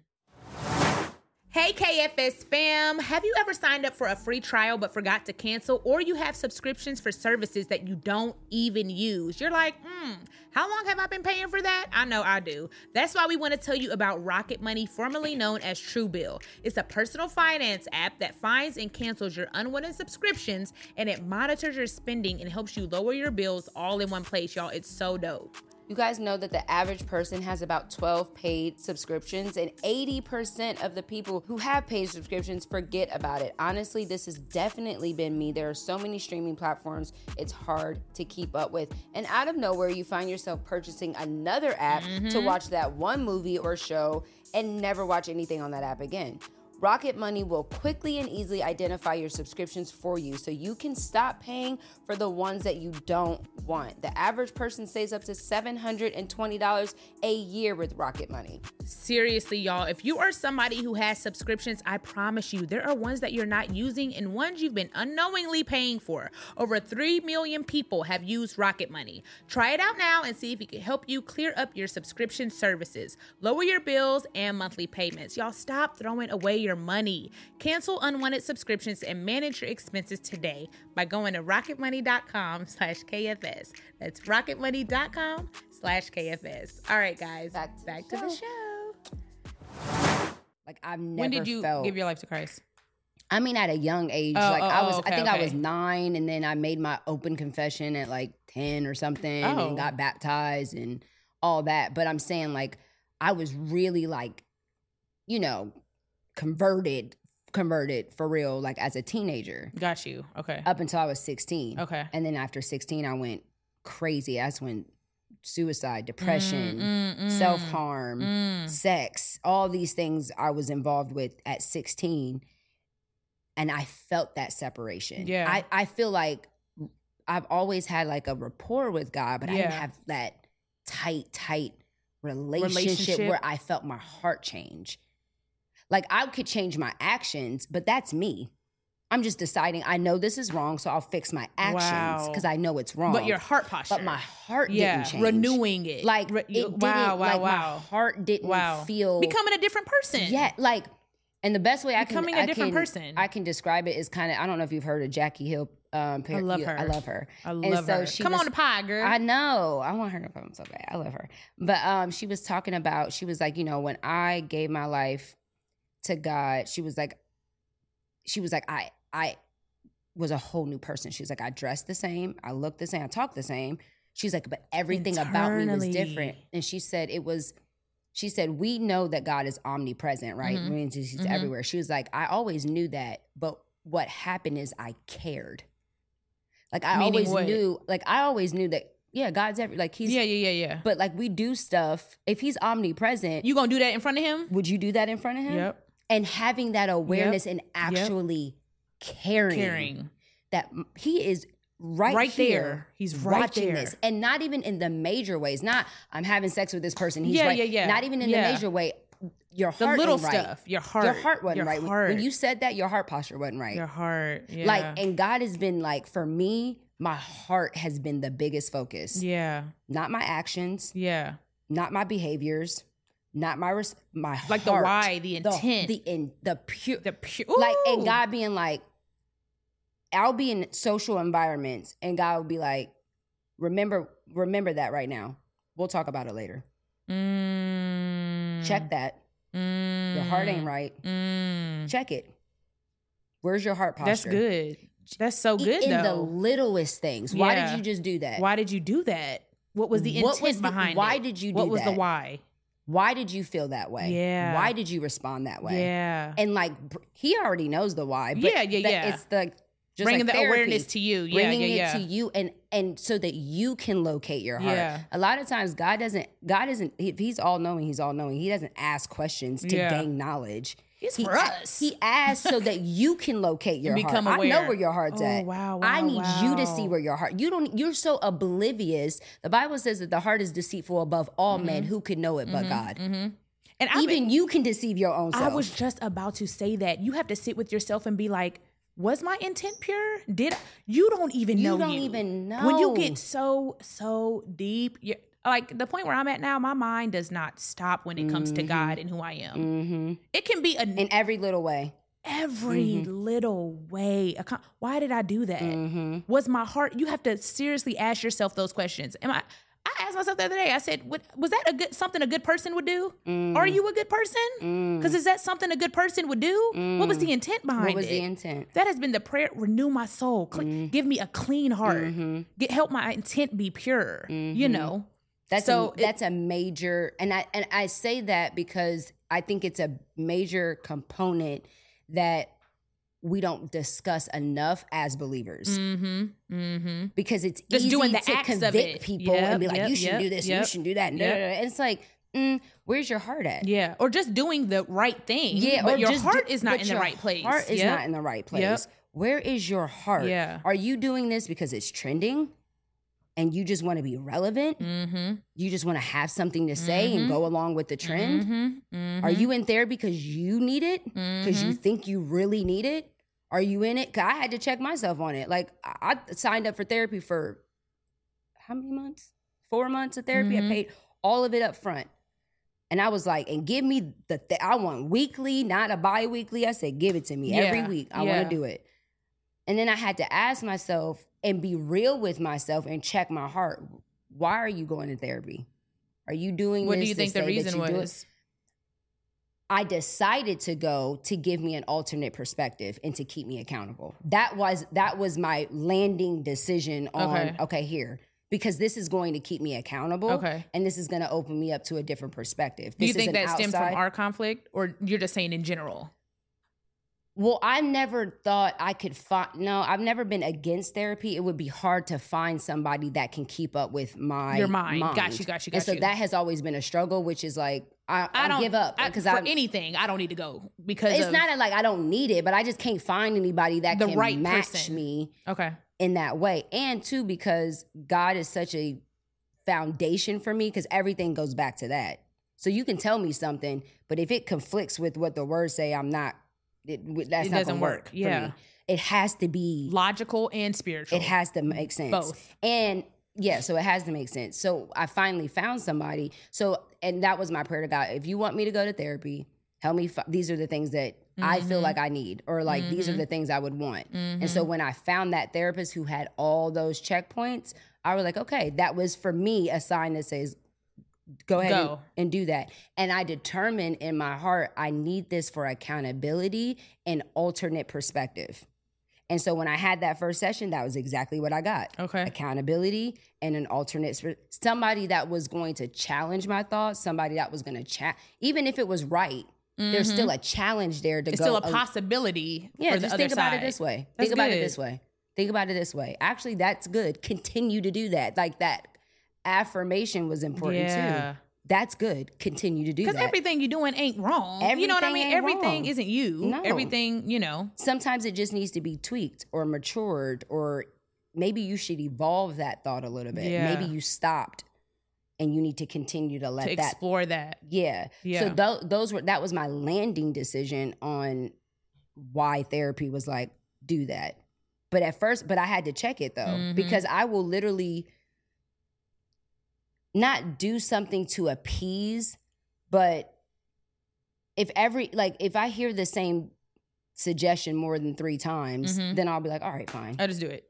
[SPEAKER 1] Hey KFS fam, have you ever signed up for a free trial but forgot to cancel, or you have subscriptions for services that you don't even use? You're like, hmm, how long have I been paying for that? I know I do. That's why we want to tell you about Rocket Money, formerly known as Truebill. It's a personal finance app that finds and cancels your unwanted subscriptions and it monitors your spending and helps you lower your bills all in one place, y'all. It's so dope.
[SPEAKER 3] You guys know that the average person has about 12 paid subscriptions, and 80% of the people who have paid subscriptions forget about it. Honestly, this has definitely been me. There are so many streaming platforms, it's hard to keep up with. And out of nowhere, you find yourself purchasing another app to watch that one movie or show and never watch anything on that app again. Rocket Money will quickly and easily identify your subscriptions for you so you can stop paying for the ones that you don't want. The average person saves up to $720 a year with Rocket Money.
[SPEAKER 1] Seriously, y'all, if you are somebody who has subscriptions, I promise you there are ones that you're not using and ones you've been unknowingly paying for. Over 3 million people have used Rocket Money. Try it out now and see if it can help you clear up your subscription services, lower your bills, and monthly payments. Y'all, stop throwing away your money. Cancel unwanted subscriptions and manage your expenses today by going to rocketmoney.com slash KFS. That's rocketmoney.com slash KFS. All right, guys,
[SPEAKER 3] Back to
[SPEAKER 1] back
[SPEAKER 3] the
[SPEAKER 1] to the
[SPEAKER 3] show.
[SPEAKER 1] show.
[SPEAKER 3] Like I've never
[SPEAKER 1] when did you
[SPEAKER 3] felt,
[SPEAKER 1] give your life to Christ?
[SPEAKER 3] I mean at a young age.
[SPEAKER 1] Oh,
[SPEAKER 3] like I
[SPEAKER 1] oh,
[SPEAKER 3] was
[SPEAKER 1] oh,
[SPEAKER 3] I
[SPEAKER 1] okay,
[SPEAKER 3] think I was
[SPEAKER 1] okay.
[SPEAKER 3] 9 and then I made my open confession at like 10 or something
[SPEAKER 1] Oh.
[SPEAKER 3] and got baptized and all that. But I'm saying like I was really like you know converted converted for real like as a teenager
[SPEAKER 1] Got you. Okay.
[SPEAKER 3] up until I was 16.
[SPEAKER 1] okay.
[SPEAKER 3] And then after 16 I went crazy. That's when
[SPEAKER 1] Mm,
[SPEAKER 3] suicide, depression, self-harm, sex, all these things I was involved with at 16. And I felt that separation.
[SPEAKER 1] Yeah.
[SPEAKER 3] I, I feel like I've always had like a rapport with God, but I didn't
[SPEAKER 1] Yeah.
[SPEAKER 3] have that tight, tight relationship,
[SPEAKER 1] Relationship.
[SPEAKER 3] where I felt my heart change. Like I could change my actions, but that's me. I'm just deciding I know this is wrong, so I'll fix my actions
[SPEAKER 1] Wow.
[SPEAKER 3] because I know it's wrong.
[SPEAKER 1] But your heart posture.
[SPEAKER 3] but my heart
[SPEAKER 1] yeah,
[SPEAKER 3] didn't change.
[SPEAKER 1] renewing it.
[SPEAKER 3] Like
[SPEAKER 1] Re-
[SPEAKER 3] it didn't,
[SPEAKER 1] wow, wow,
[SPEAKER 3] like
[SPEAKER 1] wow.
[SPEAKER 3] my heart didn't
[SPEAKER 1] Wow.
[SPEAKER 3] feel
[SPEAKER 1] Becoming a different person.
[SPEAKER 3] yeah, like, and the best way I can
[SPEAKER 1] Becoming a
[SPEAKER 3] I
[SPEAKER 1] different
[SPEAKER 3] can-
[SPEAKER 1] person.
[SPEAKER 3] I can describe it is kind of I don't know if you've heard of Jackie Hill. Um, par-
[SPEAKER 1] I love
[SPEAKER 3] you- I
[SPEAKER 1] her.
[SPEAKER 3] love her.
[SPEAKER 1] I
[SPEAKER 3] And
[SPEAKER 1] love
[SPEAKER 3] so
[SPEAKER 1] her.
[SPEAKER 3] she
[SPEAKER 1] Come
[SPEAKER 3] was-
[SPEAKER 1] on the pie, girl.
[SPEAKER 3] I know. I want her to come so bad. I love her. But um, she was talking about she was like, you know, when I gave my life to God, she was like, she was like, I I was a whole new person. She was like, I dressed the same, I looked the same, I talked the same. She's like, but everything about me was different.
[SPEAKER 1] Internally.
[SPEAKER 3] And she said it was. She said, we know that God is omnipresent, right?
[SPEAKER 1] Mhm.
[SPEAKER 3] Means he's
[SPEAKER 1] Mhm.
[SPEAKER 3] everywhere. She was like, I always knew that, but what happened is I cared. Like I
[SPEAKER 1] Meaning
[SPEAKER 3] always
[SPEAKER 1] what?
[SPEAKER 3] knew, like I always knew that yeah, God's every like he's
[SPEAKER 1] yeah, yeah, yeah, yeah.
[SPEAKER 3] but like we do stuff. If he's omnipresent,
[SPEAKER 1] you gonna do that in front of him?
[SPEAKER 3] would you do that in front of him? And having that awareness and actually caring,
[SPEAKER 1] Caring.
[SPEAKER 3] that m- he is right,
[SPEAKER 1] Right
[SPEAKER 3] here
[SPEAKER 1] there. He's right
[SPEAKER 3] watching
[SPEAKER 1] there.
[SPEAKER 3] this. And not even in the major ways. Not I'm having sex with this person. He's
[SPEAKER 1] Yeah,
[SPEAKER 3] right.
[SPEAKER 1] yeah, yeah.
[SPEAKER 3] Not even in
[SPEAKER 1] Yeah.
[SPEAKER 3] the major way. Your
[SPEAKER 1] The
[SPEAKER 3] heart
[SPEAKER 1] little
[SPEAKER 3] ain't right.
[SPEAKER 1] stuff. Your heart.
[SPEAKER 3] Your heart wasn't
[SPEAKER 1] your
[SPEAKER 3] right. When-
[SPEAKER 1] Heart,
[SPEAKER 3] When you said that, your heart posture wasn't right.
[SPEAKER 1] your heart. Yeah.
[SPEAKER 3] Like, and God has been like, for me, my heart has been the biggest focus.
[SPEAKER 1] yeah,
[SPEAKER 3] Not my actions,
[SPEAKER 1] yeah.
[SPEAKER 3] not my behaviors, not my res- my
[SPEAKER 1] Like the
[SPEAKER 3] heart,
[SPEAKER 1] why, the intent,
[SPEAKER 3] the in the pure,
[SPEAKER 1] the pure.
[SPEAKER 3] like, and God being like, I'll be in social environments, and God will be like, remember, remember that right now. We'll talk about it later.
[SPEAKER 1] Mm,
[SPEAKER 3] Check that.
[SPEAKER 1] Mm,
[SPEAKER 3] Your heart ain't right.
[SPEAKER 1] Mm,
[SPEAKER 3] Check it. Where's your heart posture?
[SPEAKER 1] that's good. That's so
[SPEAKER 3] E-
[SPEAKER 1] good
[SPEAKER 3] in the
[SPEAKER 1] though.
[SPEAKER 3] littlest things. Why
[SPEAKER 1] Yeah.
[SPEAKER 3] did you just do that?
[SPEAKER 1] why did you do that? What was the
[SPEAKER 3] What
[SPEAKER 1] intent
[SPEAKER 3] was the-
[SPEAKER 1] behind
[SPEAKER 3] why
[SPEAKER 1] it?
[SPEAKER 3] did you
[SPEAKER 1] What
[SPEAKER 3] do
[SPEAKER 1] was the
[SPEAKER 3] that?
[SPEAKER 1] why?
[SPEAKER 3] Why did you feel that way?
[SPEAKER 1] Yeah.
[SPEAKER 3] Why did you respond that way?
[SPEAKER 1] Yeah.
[SPEAKER 3] And like br- he already knows the why. But
[SPEAKER 1] Yeah, yeah,
[SPEAKER 3] that-
[SPEAKER 1] yeah.
[SPEAKER 3] It's the just
[SPEAKER 1] Bringing
[SPEAKER 3] like
[SPEAKER 1] the
[SPEAKER 3] therapy,
[SPEAKER 1] awareness to you. Yeah,
[SPEAKER 3] bringing
[SPEAKER 1] yeah, yeah.
[SPEAKER 3] it to you, and and so that you can locate your heart.
[SPEAKER 1] Yeah.
[SPEAKER 3] A lot of times, God doesn't. God isn't. If he's all knowing, he's all knowing. He doesn't ask questions to
[SPEAKER 1] Yeah.
[SPEAKER 3] gain knowledge.
[SPEAKER 1] It's
[SPEAKER 3] He
[SPEAKER 1] for
[SPEAKER 3] a-
[SPEAKER 1] us.
[SPEAKER 3] He asks so that you can locate your
[SPEAKER 1] become
[SPEAKER 3] heart. I know
[SPEAKER 1] aware.
[SPEAKER 3] where your heart's
[SPEAKER 1] Oh,
[SPEAKER 3] at.
[SPEAKER 1] wow,
[SPEAKER 3] I
[SPEAKER 1] wow,
[SPEAKER 3] need you to
[SPEAKER 1] wow.
[SPEAKER 3] see where your heart. You don't. You're so oblivious. The Bible says that the heart is deceitful above all men. Who could know it but God?
[SPEAKER 1] and Mm-hmm. I
[SPEAKER 3] Even you can deceive your own self.
[SPEAKER 1] I was just about to say that you have to sit with yourself and be like, was my intent pure? Did I, you don't even
[SPEAKER 3] You
[SPEAKER 1] know?
[SPEAKER 3] don't even
[SPEAKER 1] when you
[SPEAKER 3] know.
[SPEAKER 1] get so so deep. you like the point where I'm at now, my mind does not stop when it comes to
[SPEAKER 3] Mm-hmm.
[SPEAKER 1] God and who I am.
[SPEAKER 3] Mm.
[SPEAKER 1] It can be an
[SPEAKER 3] in every little way.
[SPEAKER 1] every
[SPEAKER 3] Mm-hmm.
[SPEAKER 1] little way. A con- Why did I do that?
[SPEAKER 3] Mm.
[SPEAKER 1] Was my heart? You have to seriously ask yourself those questions. Am I? I asked myself the other day. I said, "What was that? A good something a good person would do? Are
[SPEAKER 3] Mm.
[SPEAKER 1] you a good person? Because is that something a good person would do? What was the intent behind
[SPEAKER 3] Mm-hmm. Mm. What was
[SPEAKER 1] it?
[SPEAKER 3] the Mm. intent?
[SPEAKER 1] That has been the prayer. Renew my soul. Cle- Give me a clean heart.
[SPEAKER 3] Mm-hmm.
[SPEAKER 1] Get help my intent be pure. You know.
[SPEAKER 3] That's
[SPEAKER 1] So
[SPEAKER 3] so
[SPEAKER 1] it-
[SPEAKER 3] that's a major, and I and I say that because I think it's a major component that we don't discuss enough as believers
[SPEAKER 1] Mm-hmm. Mm-hmm.
[SPEAKER 3] because it's
[SPEAKER 1] Just
[SPEAKER 3] easy
[SPEAKER 1] doing the
[SPEAKER 3] to
[SPEAKER 1] acts of
[SPEAKER 3] convict
[SPEAKER 1] it.
[SPEAKER 3] people
[SPEAKER 1] Yep,
[SPEAKER 3] and be like,
[SPEAKER 1] yep,
[SPEAKER 3] you should
[SPEAKER 1] yep,
[SPEAKER 3] do this,
[SPEAKER 1] yep,
[SPEAKER 3] you should do that, and, da,
[SPEAKER 1] yep.
[SPEAKER 3] da, da. And it's like mm, where's your heart at?
[SPEAKER 1] Yeah, or just doing the right thing.
[SPEAKER 3] Yeah,
[SPEAKER 1] but
[SPEAKER 3] or
[SPEAKER 1] your
[SPEAKER 3] just
[SPEAKER 1] heart
[SPEAKER 3] do-
[SPEAKER 1] is not
[SPEAKER 3] but
[SPEAKER 1] in the
[SPEAKER 3] your
[SPEAKER 1] right place.
[SPEAKER 3] Heart is
[SPEAKER 1] Yeah.
[SPEAKER 3] not in the right place. Where is your heart?
[SPEAKER 1] Yeah.
[SPEAKER 3] Are you doing this because it's trending, and you just want to be relevant?
[SPEAKER 1] Mm-hmm.
[SPEAKER 3] You just want to have something to say and go along with the trend?
[SPEAKER 1] Mm-hmm.
[SPEAKER 3] Are you in there because you need it? Because you think you really need it? Are you in it? 'Cause I had to check myself on it. Like I I signed up for therapy for how many months? Four months of therapy.
[SPEAKER 1] Mm-hmm.
[SPEAKER 3] I paid all of it up front. And I was like, and give me the, th- I want weekly, not a bi weekly. I said, give it to me every
[SPEAKER 1] Yeah,
[SPEAKER 3] week. I
[SPEAKER 1] yeah.
[SPEAKER 3] want to do it. And then I had to ask myself and be real with myself and check my heart. Why are you going to therapy? Are you doing
[SPEAKER 1] What do
[SPEAKER 3] this
[SPEAKER 1] you
[SPEAKER 3] to
[SPEAKER 1] think the
[SPEAKER 3] say that
[SPEAKER 1] reason
[SPEAKER 3] you do it?
[SPEAKER 1] was?
[SPEAKER 3] I decided to go to give me an alternate perspective and to keep me accountable. That was that was my landing decision on
[SPEAKER 1] Okay.
[SPEAKER 3] okay, here because this is going to keep me accountable
[SPEAKER 1] Okay.
[SPEAKER 3] and this is going to open me up to a different perspective.
[SPEAKER 1] Do you
[SPEAKER 3] This is
[SPEAKER 1] think
[SPEAKER 3] an
[SPEAKER 1] that stemmed
[SPEAKER 3] outside-
[SPEAKER 1] from our conflict, or you're just saying in general?
[SPEAKER 3] Well, I never thought I could find. No, I've never been against therapy. It would be hard to find somebody that can keep up with my
[SPEAKER 1] Your mind. Got you, got you, got
[SPEAKER 3] and so
[SPEAKER 1] you.
[SPEAKER 3] that has always been a struggle, which is like I, I,
[SPEAKER 1] don't
[SPEAKER 3] give up because
[SPEAKER 1] for
[SPEAKER 3] I,
[SPEAKER 1] anything. I don't need to go because
[SPEAKER 3] It's
[SPEAKER 1] of-
[SPEAKER 3] not a, like I don't need it, but I just can't find anybody that
[SPEAKER 1] The
[SPEAKER 3] can
[SPEAKER 1] right
[SPEAKER 3] match
[SPEAKER 1] person.
[SPEAKER 3] me
[SPEAKER 1] okay.
[SPEAKER 3] in that way. And two, because God is such a foundation for me, because everything goes back to that. So you can tell me something, but if it conflicts with what the words say, I'm not. It, w- that's
[SPEAKER 1] It
[SPEAKER 3] not
[SPEAKER 1] doesn't
[SPEAKER 3] gonna
[SPEAKER 1] work.
[SPEAKER 3] work. for
[SPEAKER 1] Yeah.
[SPEAKER 3] me. it has to be.
[SPEAKER 1] Logical and spiritual.
[SPEAKER 3] It has to make sense.
[SPEAKER 1] Both.
[SPEAKER 3] And yeah, so it has to make sense. So I finally found somebody. So and that was my prayer to God. If you want me to go to therapy, help me. F- these are the things that I feel
[SPEAKER 1] Mm-hmm.
[SPEAKER 3] like I need, or like these are the things I would want. And so when I found that therapist who had all those checkpoints, I was like, okay, that was for me a sign that says, go ahead and-
[SPEAKER 1] Go.
[SPEAKER 3] and do that. And I determined in my heart, I need this for accountability and alternate perspective. And so when I had that first session, that was exactly what I got.
[SPEAKER 1] Okay.
[SPEAKER 3] Accountability and an alternate sp- somebody that was going to challenge my thoughts, somebody that was going to chat even if it was right, there's still a challenge there to
[SPEAKER 1] Mm-hmm. It's
[SPEAKER 3] go
[SPEAKER 1] still a
[SPEAKER 3] a-
[SPEAKER 1] possibility.
[SPEAKER 3] Yeah,
[SPEAKER 1] for the
[SPEAKER 3] just
[SPEAKER 1] other
[SPEAKER 3] think about it
[SPEAKER 1] side.
[SPEAKER 3] this way.
[SPEAKER 1] That's
[SPEAKER 3] think about it
[SPEAKER 1] good.
[SPEAKER 3] this way. Think about it this way. Actually, that's good. Continue to do that. Like that affirmation was important
[SPEAKER 1] Yeah.
[SPEAKER 3] too. That's good. Continue to do
[SPEAKER 1] Because
[SPEAKER 3] that.
[SPEAKER 1] everything you're doing ain't wrong. you know what I
[SPEAKER 3] Everything
[SPEAKER 1] mean?
[SPEAKER 3] ain't
[SPEAKER 1] Everything
[SPEAKER 3] wrong.
[SPEAKER 1] isn't you.
[SPEAKER 3] No.
[SPEAKER 1] Everything, you know.
[SPEAKER 3] sometimes it just needs to be tweaked or matured or maybe you should evolve that thought a little bit
[SPEAKER 1] Yeah.
[SPEAKER 3] maybe you stopped and you need to continue to let
[SPEAKER 1] to
[SPEAKER 3] that
[SPEAKER 1] explore that.
[SPEAKER 3] yeah
[SPEAKER 1] Yeah.
[SPEAKER 3] so tho- those were that was my landing decision on why therapy was like do that but at first but i had to check it though
[SPEAKER 1] Mhm.
[SPEAKER 3] because i will literally not do something to appease but if every like if i hear the same suggestion more than three times
[SPEAKER 1] Mhm.
[SPEAKER 3] then i'll be like all right fine
[SPEAKER 1] I just do it.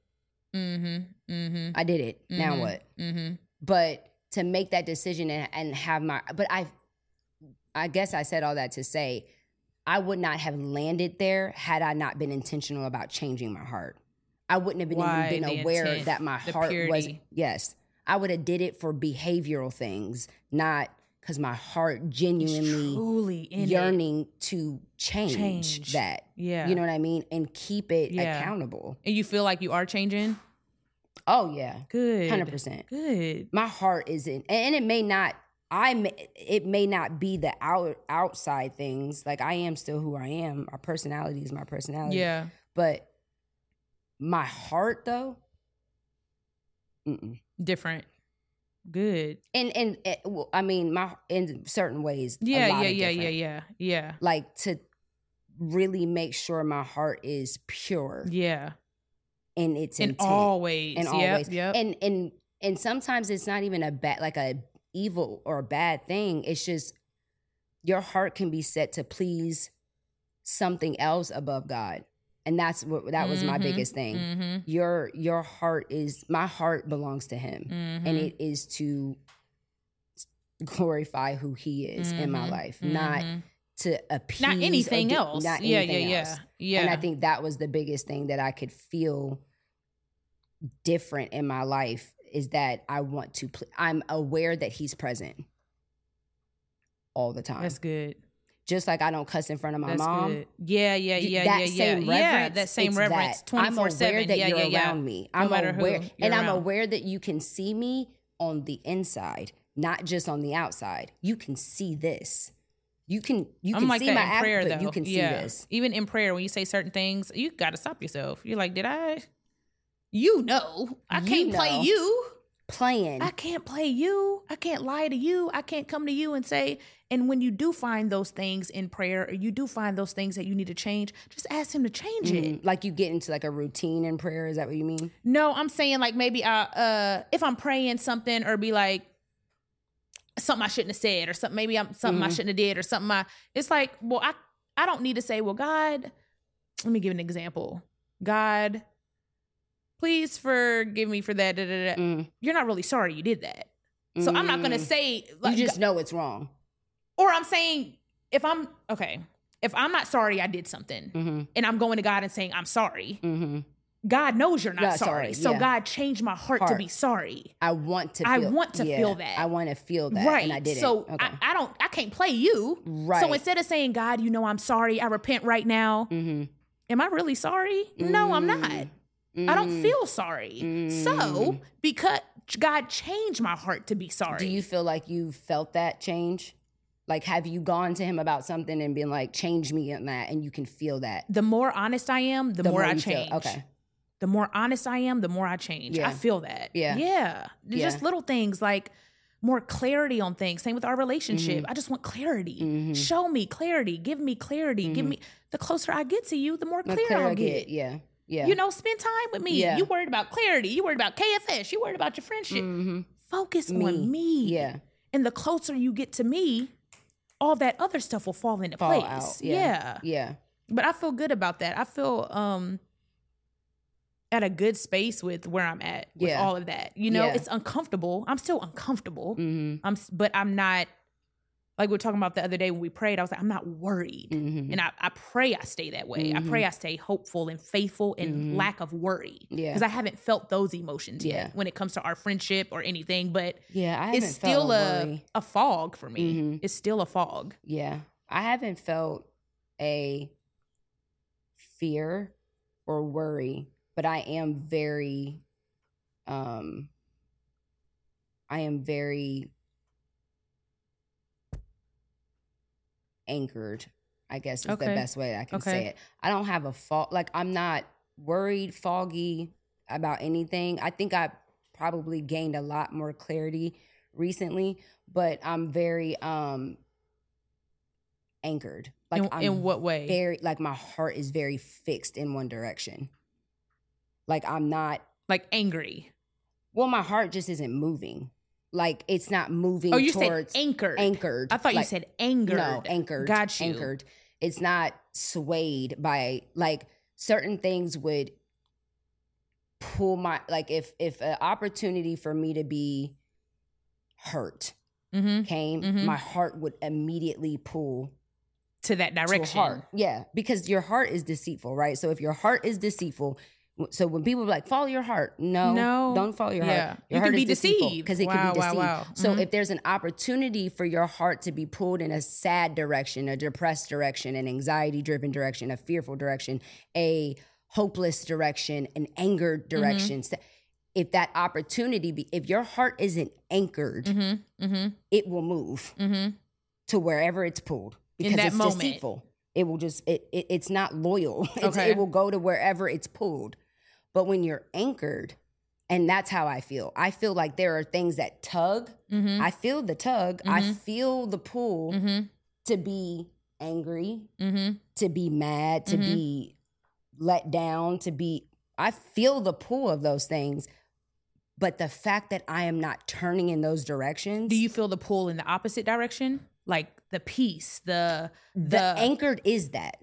[SPEAKER 1] Mm-hmm. Mm-hmm.
[SPEAKER 3] i did it now
[SPEAKER 1] Mhm.
[SPEAKER 3] what
[SPEAKER 1] Mm-hmm.
[SPEAKER 3] but to make that decision and, and have my but i i guess i said all that to say i would not have landed there had i not been intentional about changing my heart i wouldn't have been
[SPEAKER 1] Why
[SPEAKER 3] even been
[SPEAKER 1] the
[SPEAKER 3] aware
[SPEAKER 1] intent,
[SPEAKER 3] that my
[SPEAKER 1] the
[SPEAKER 3] heart was
[SPEAKER 1] purity.
[SPEAKER 3] yes i would have did it for behavioral things not because my heart genuinely
[SPEAKER 1] Truly in it.
[SPEAKER 3] yearning to change,
[SPEAKER 1] Change.
[SPEAKER 3] that
[SPEAKER 1] Yeah.
[SPEAKER 3] you know what i mean and keep it
[SPEAKER 1] Yeah.
[SPEAKER 3] accountable
[SPEAKER 1] And you feel like you are changing?
[SPEAKER 3] oh yeah
[SPEAKER 1] Good.
[SPEAKER 3] 100%
[SPEAKER 1] Good.
[SPEAKER 3] my heart is in and it may not i may, it may not be the out, outside things like i am still who i am my personality is my personality
[SPEAKER 1] Yeah.
[SPEAKER 3] but my heart though mm-mm.
[SPEAKER 1] Different. Good.
[SPEAKER 3] and and eh, well, i mean my in certain ways a
[SPEAKER 1] Yeah,
[SPEAKER 3] lot
[SPEAKER 1] yeah,
[SPEAKER 3] of
[SPEAKER 1] yeah, yeah,
[SPEAKER 3] different.
[SPEAKER 1] yeah. Yeah.
[SPEAKER 3] like to really make sure my heart is pure
[SPEAKER 1] Yeah.
[SPEAKER 3] and it's
[SPEAKER 1] And
[SPEAKER 3] intent.
[SPEAKER 1] always.
[SPEAKER 3] and
[SPEAKER 1] yep,
[SPEAKER 3] always
[SPEAKER 1] Yep.
[SPEAKER 3] and and and sometimes it's not even a bad like a evil or a bad thing it's just your heart can be set to please something else above god and that's what that was my
[SPEAKER 1] Mhm,
[SPEAKER 3] biggest thing
[SPEAKER 1] mm-hmm.
[SPEAKER 3] your your heart is my heart belongs to him and
[SPEAKER 1] Mm-hmm.
[SPEAKER 3] it is to glorify who he is in my life not to appease
[SPEAKER 1] Mm-hmm, not
[SPEAKER 3] or
[SPEAKER 1] anything
[SPEAKER 3] do-
[SPEAKER 1] else.
[SPEAKER 3] not
[SPEAKER 1] yeah,
[SPEAKER 3] anything
[SPEAKER 1] yeah,
[SPEAKER 3] else.
[SPEAKER 1] yeah, yeah.
[SPEAKER 3] And I think that was the biggest thing that I could feel different in my life is that I want to, pl- I'm aware that he's present all the time.
[SPEAKER 1] that's good.
[SPEAKER 3] Just like I don't cuss in front of my
[SPEAKER 1] That's
[SPEAKER 3] mom.
[SPEAKER 1] good. Yeah, yeah,
[SPEAKER 3] You-
[SPEAKER 1] yeah,
[SPEAKER 3] that
[SPEAKER 1] yeah,
[SPEAKER 3] same
[SPEAKER 1] yeah.
[SPEAKER 3] reverence.
[SPEAKER 1] yeah, that same
[SPEAKER 3] it's
[SPEAKER 1] reverence.
[SPEAKER 3] that. I'm aware
[SPEAKER 1] 24/7.
[SPEAKER 3] that
[SPEAKER 1] yeah,
[SPEAKER 3] you're
[SPEAKER 1] yeah, yeah.
[SPEAKER 3] around me.
[SPEAKER 1] No
[SPEAKER 3] I'm
[SPEAKER 1] matter who
[SPEAKER 3] aware,
[SPEAKER 1] you're
[SPEAKER 3] and I'm
[SPEAKER 1] around.
[SPEAKER 3] aware that you can see me on the inside. not just on the outside. You can see this. You can you
[SPEAKER 1] I'm
[SPEAKER 3] can
[SPEAKER 1] like
[SPEAKER 3] see
[SPEAKER 1] that
[SPEAKER 3] my
[SPEAKER 1] in
[SPEAKER 3] act,
[SPEAKER 1] prayer,
[SPEAKER 3] but
[SPEAKER 1] though.
[SPEAKER 3] you can see
[SPEAKER 1] yeah.
[SPEAKER 3] this.
[SPEAKER 1] Even in prayer, when you say certain things, you got to stop yourself. You're like, did I?
[SPEAKER 6] You know, I
[SPEAKER 3] You
[SPEAKER 6] can't play
[SPEAKER 3] know.
[SPEAKER 6] you.
[SPEAKER 3] Playing.
[SPEAKER 1] I can't play you. I can't lie to you. I can't come to you and say, and when you do find those things in prayer, or you do find those things that you need to change, just ask him to change it.
[SPEAKER 3] Mhm. Like you get into like a routine in prayer. Is that what you mean?
[SPEAKER 1] No, I'm saying like maybe I, uh, if I'm praying something or be like something I shouldn't have said or something, maybe I'm something I
[SPEAKER 3] Mm-hmm.
[SPEAKER 1] shouldn't have did or something I, it's like, well, I, I don't need to say, well, God, let me give an example. God, please forgive me for that. Da, da, da.
[SPEAKER 3] Mm.
[SPEAKER 1] You're not really sorry you did that. So I'm not going to
[SPEAKER 3] Mm.
[SPEAKER 1] say
[SPEAKER 3] You
[SPEAKER 1] like,
[SPEAKER 3] just know it's wrong.
[SPEAKER 1] or I'm saying if I'm okay, if I'm not sorry I did something
[SPEAKER 3] Mm-hmm.
[SPEAKER 1] and I'm going to God and saying I'm sorry,
[SPEAKER 3] Mm-hmm.
[SPEAKER 1] God knows you're not
[SPEAKER 3] Not
[SPEAKER 1] sorry.
[SPEAKER 3] sorry,
[SPEAKER 1] So
[SPEAKER 3] yeah.
[SPEAKER 1] God changed my heart, to
[SPEAKER 3] Heart.
[SPEAKER 1] be sorry.
[SPEAKER 3] I want to. Feel,
[SPEAKER 1] I want to
[SPEAKER 3] yeah,
[SPEAKER 1] feel that.
[SPEAKER 3] I want to feel that.
[SPEAKER 1] right.
[SPEAKER 3] And I didn't.
[SPEAKER 1] So
[SPEAKER 3] okay.
[SPEAKER 1] I, I don't I can't play you.
[SPEAKER 3] right.
[SPEAKER 1] So instead of saying, God, you know I'm sorry, I repent right now,
[SPEAKER 3] Mhm.
[SPEAKER 1] am I really sorry? No, I'm not. I don't
[SPEAKER 3] Mm.
[SPEAKER 1] feel sorry. So because God changed my heart to be sorry.
[SPEAKER 3] Do you feel like you felt that change? Like, have you gone to him about something and been like, change me on that? And you can feel that.
[SPEAKER 1] the more honest I am, the, more, I
[SPEAKER 3] you feel-
[SPEAKER 1] change.
[SPEAKER 3] Okay.
[SPEAKER 1] the more honest I am, the more I change. I
[SPEAKER 3] Yeah.
[SPEAKER 1] feel that.
[SPEAKER 3] Yeah.
[SPEAKER 1] Yeah. There's Just
[SPEAKER 3] Yeah.
[SPEAKER 1] little things like more clarity on things. Same with our relationship.
[SPEAKER 3] Mm-hmm.
[SPEAKER 1] I just want clarity.
[SPEAKER 3] Mhm.
[SPEAKER 1] Show me clarity. Give me clarity. Give me the closer I get to you, the more
[SPEAKER 3] Mm. The
[SPEAKER 1] clear
[SPEAKER 3] clearer
[SPEAKER 1] I'll
[SPEAKER 3] I
[SPEAKER 1] get.
[SPEAKER 3] get. Yeah. Yeah.
[SPEAKER 1] You know, spend time with me.
[SPEAKER 3] Yeah.
[SPEAKER 1] You worried about clarity. You worried about KFS. You worried about your friendship.
[SPEAKER 3] Mhm.
[SPEAKER 1] Focus
[SPEAKER 3] Me.
[SPEAKER 1] on me.
[SPEAKER 3] Yeah.
[SPEAKER 1] And the closer you get to me, all that other stuff will fall into
[SPEAKER 3] Fall
[SPEAKER 1] place.
[SPEAKER 3] out. Yeah.
[SPEAKER 1] yeah
[SPEAKER 3] Yeah.
[SPEAKER 1] but I feel good about that. I feel um at a good space with where I'm at with
[SPEAKER 3] Yeah.
[SPEAKER 1] all of that. You know,
[SPEAKER 3] Yeah.
[SPEAKER 1] it's uncomfortable. I'm still uncomfortable.
[SPEAKER 3] Mm
[SPEAKER 1] I'm s- but I'm not like we were talking about the other day when we prayed. I was like, I'm not worried.
[SPEAKER 3] hmm. Mm hmm.
[SPEAKER 1] And I, I pray I stay that way. I
[SPEAKER 3] Mm-hmm.
[SPEAKER 1] pray I stay hopeful and faithful and
[SPEAKER 3] Mhm.
[SPEAKER 1] lack of worry.
[SPEAKER 3] Yeah.
[SPEAKER 1] Because I haven't felt those emotions
[SPEAKER 3] Yeah.
[SPEAKER 1] yet when it comes to our friendship or anything. But
[SPEAKER 3] Yeah. I
[SPEAKER 1] it's
[SPEAKER 3] haven't felt
[SPEAKER 1] still a,
[SPEAKER 3] worry.
[SPEAKER 1] a fog for me.
[SPEAKER 3] Mhm.
[SPEAKER 1] It's still a fog.
[SPEAKER 3] Yeah. I haven't felt a fear or worry, but I am very um I am very anchored, I guess is the
[SPEAKER 1] Okay.
[SPEAKER 3] best way I can
[SPEAKER 1] Okay.
[SPEAKER 3] say it. I don't have a fault like I'm not worried, foggy about anything. I think I probably gained a lot more clarity recently, but I'm very um anchored. Like
[SPEAKER 1] in,
[SPEAKER 3] I'm
[SPEAKER 1] in what way?
[SPEAKER 3] very like my heart is very fixed in one direction. Like I'm not
[SPEAKER 1] like angry.
[SPEAKER 3] well, my heart just isn't moving. Like it's not moving
[SPEAKER 1] Oh, you said
[SPEAKER 3] towards
[SPEAKER 1] anchored.
[SPEAKER 3] anchored.
[SPEAKER 1] I thought you
[SPEAKER 3] Like,
[SPEAKER 1] said angered.
[SPEAKER 3] No, anchored.
[SPEAKER 1] Got you.
[SPEAKER 3] Anchored. It's not swayed by like certain things would pull my like if if an opportunity for me to be hurt
[SPEAKER 1] hmm
[SPEAKER 3] came,
[SPEAKER 1] Mhm.
[SPEAKER 3] my heart would immediately pull
[SPEAKER 1] To that direction.
[SPEAKER 3] to heart. Yeah, because your heart is deceitful, right? So if your heart is deceitful, w- so when people are like follow your heart, no,
[SPEAKER 1] No.
[SPEAKER 3] don't follow your
[SPEAKER 1] Yeah.
[SPEAKER 3] heart. Your
[SPEAKER 1] You
[SPEAKER 3] heart
[SPEAKER 1] can be
[SPEAKER 3] is deceitful
[SPEAKER 1] deceived.
[SPEAKER 3] because it
[SPEAKER 1] Wow,
[SPEAKER 3] can be
[SPEAKER 1] wow,
[SPEAKER 3] deceived.
[SPEAKER 1] wow.
[SPEAKER 3] So
[SPEAKER 1] Mhm.
[SPEAKER 3] if there's an opportunity for your heart to be pulled in a sad direction, a depressed direction, an anxiety-driven direction, a fearful direction, a hopeless direction, an
[SPEAKER 1] Mm-hmm.
[SPEAKER 3] angered direction. sa- If that opportunity, be, if your heart isn't anchored,
[SPEAKER 1] Mm-hmm. Mm-hmm.
[SPEAKER 3] it will move
[SPEAKER 1] Mm-hmm.
[SPEAKER 3] to wherever it's pulled
[SPEAKER 1] In
[SPEAKER 3] because
[SPEAKER 1] that
[SPEAKER 3] it's
[SPEAKER 1] moment.
[SPEAKER 3] deceitful. It will just it, it it's not loyal. It's,
[SPEAKER 1] Okay.
[SPEAKER 3] It will go to wherever it's pulled. But when you're anchored, and that's how I feel. I feel like there are things that tug.
[SPEAKER 1] Mm-hmm.
[SPEAKER 3] I feel the tug. I
[SPEAKER 1] Mhm.
[SPEAKER 3] feel the pull
[SPEAKER 1] Mm-hmm.
[SPEAKER 3] to be angry,
[SPEAKER 1] Mm-hmm.
[SPEAKER 3] to be mad, to
[SPEAKER 1] Mhm.
[SPEAKER 3] be
[SPEAKER 1] Mm-hmm.
[SPEAKER 3] let down, to be. I feel the pull of those things. But the fact that I am not turning in those directions,
[SPEAKER 1] Do you feel the pull in the opposite direction? Like the peace, the
[SPEAKER 3] the,
[SPEAKER 1] the-
[SPEAKER 3] anchored is that.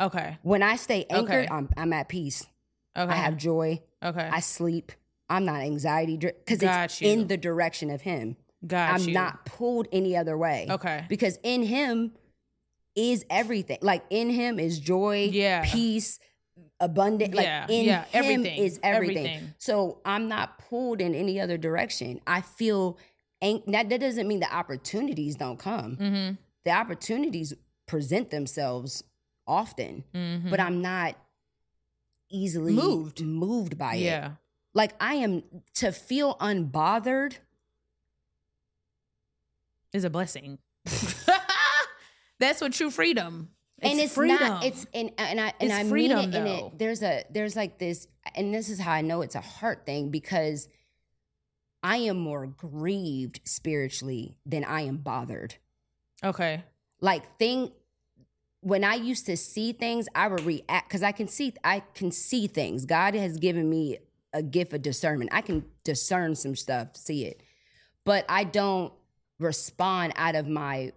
[SPEAKER 1] okay,
[SPEAKER 3] When I stay anchored,
[SPEAKER 1] Okay.
[SPEAKER 3] I'm, I'm at peace.
[SPEAKER 1] okay,
[SPEAKER 3] I have joy.
[SPEAKER 1] okay,
[SPEAKER 3] I sleep. I'm not anxiety driven because
[SPEAKER 1] Got
[SPEAKER 3] it's
[SPEAKER 1] you.
[SPEAKER 3] in the direction of Him.
[SPEAKER 1] got
[SPEAKER 3] I'm
[SPEAKER 1] you.
[SPEAKER 3] not pulled any other way.
[SPEAKER 1] okay.
[SPEAKER 3] Because in Him is everything. Like in Him is joy,
[SPEAKER 1] Yeah.
[SPEAKER 3] peace, abundant. Like
[SPEAKER 1] yeah,
[SPEAKER 3] in
[SPEAKER 1] yeah,
[SPEAKER 3] Him
[SPEAKER 1] everything
[SPEAKER 3] is everything.
[SPEAKER 1] everything.
[SPEAKER 3] So I'm not pulled in any other direction. I feel ang- that, that doesn't mean the opportunities don't come.
[SPEAKER 1] Mm-hmm.
[SPEAKER 3] The opportunities present themselves often
[SPEAKER 1] Mm-hmm.
[SPEAKER 3] but I'm not easily
[SPEAKER 1] Moved.
[SPEAKER 3] moved by it.
[SPEAKER 1] yeah,
[SPEAKER 3] Like I am to feel unbothered
[SPEAKER 1] is a blessing. That's what true freedom.
[SPEAKER 7] and it's
[SPEAKER 1] freedom.
[SPEAKER 7] not it's and and I and
[SPEAKER 1] It's
[SPEAKER 7] I
[SPEAKER 1] freedom,
[SPEAKER 7] mean it in
[SPEAKER 1] though.
[SPEAKER 7] it there's a there's like this and this is how I know it's a heart thing because I am more grieved spiritually than I am bothered.
[SPEAKER 1] okay.
[SPEAKER 7] Like thing when I used to see things, I would react because I can see I can see things. God has given me a gift of discernment. I can discern some stuff, see it. But I don't respond out of my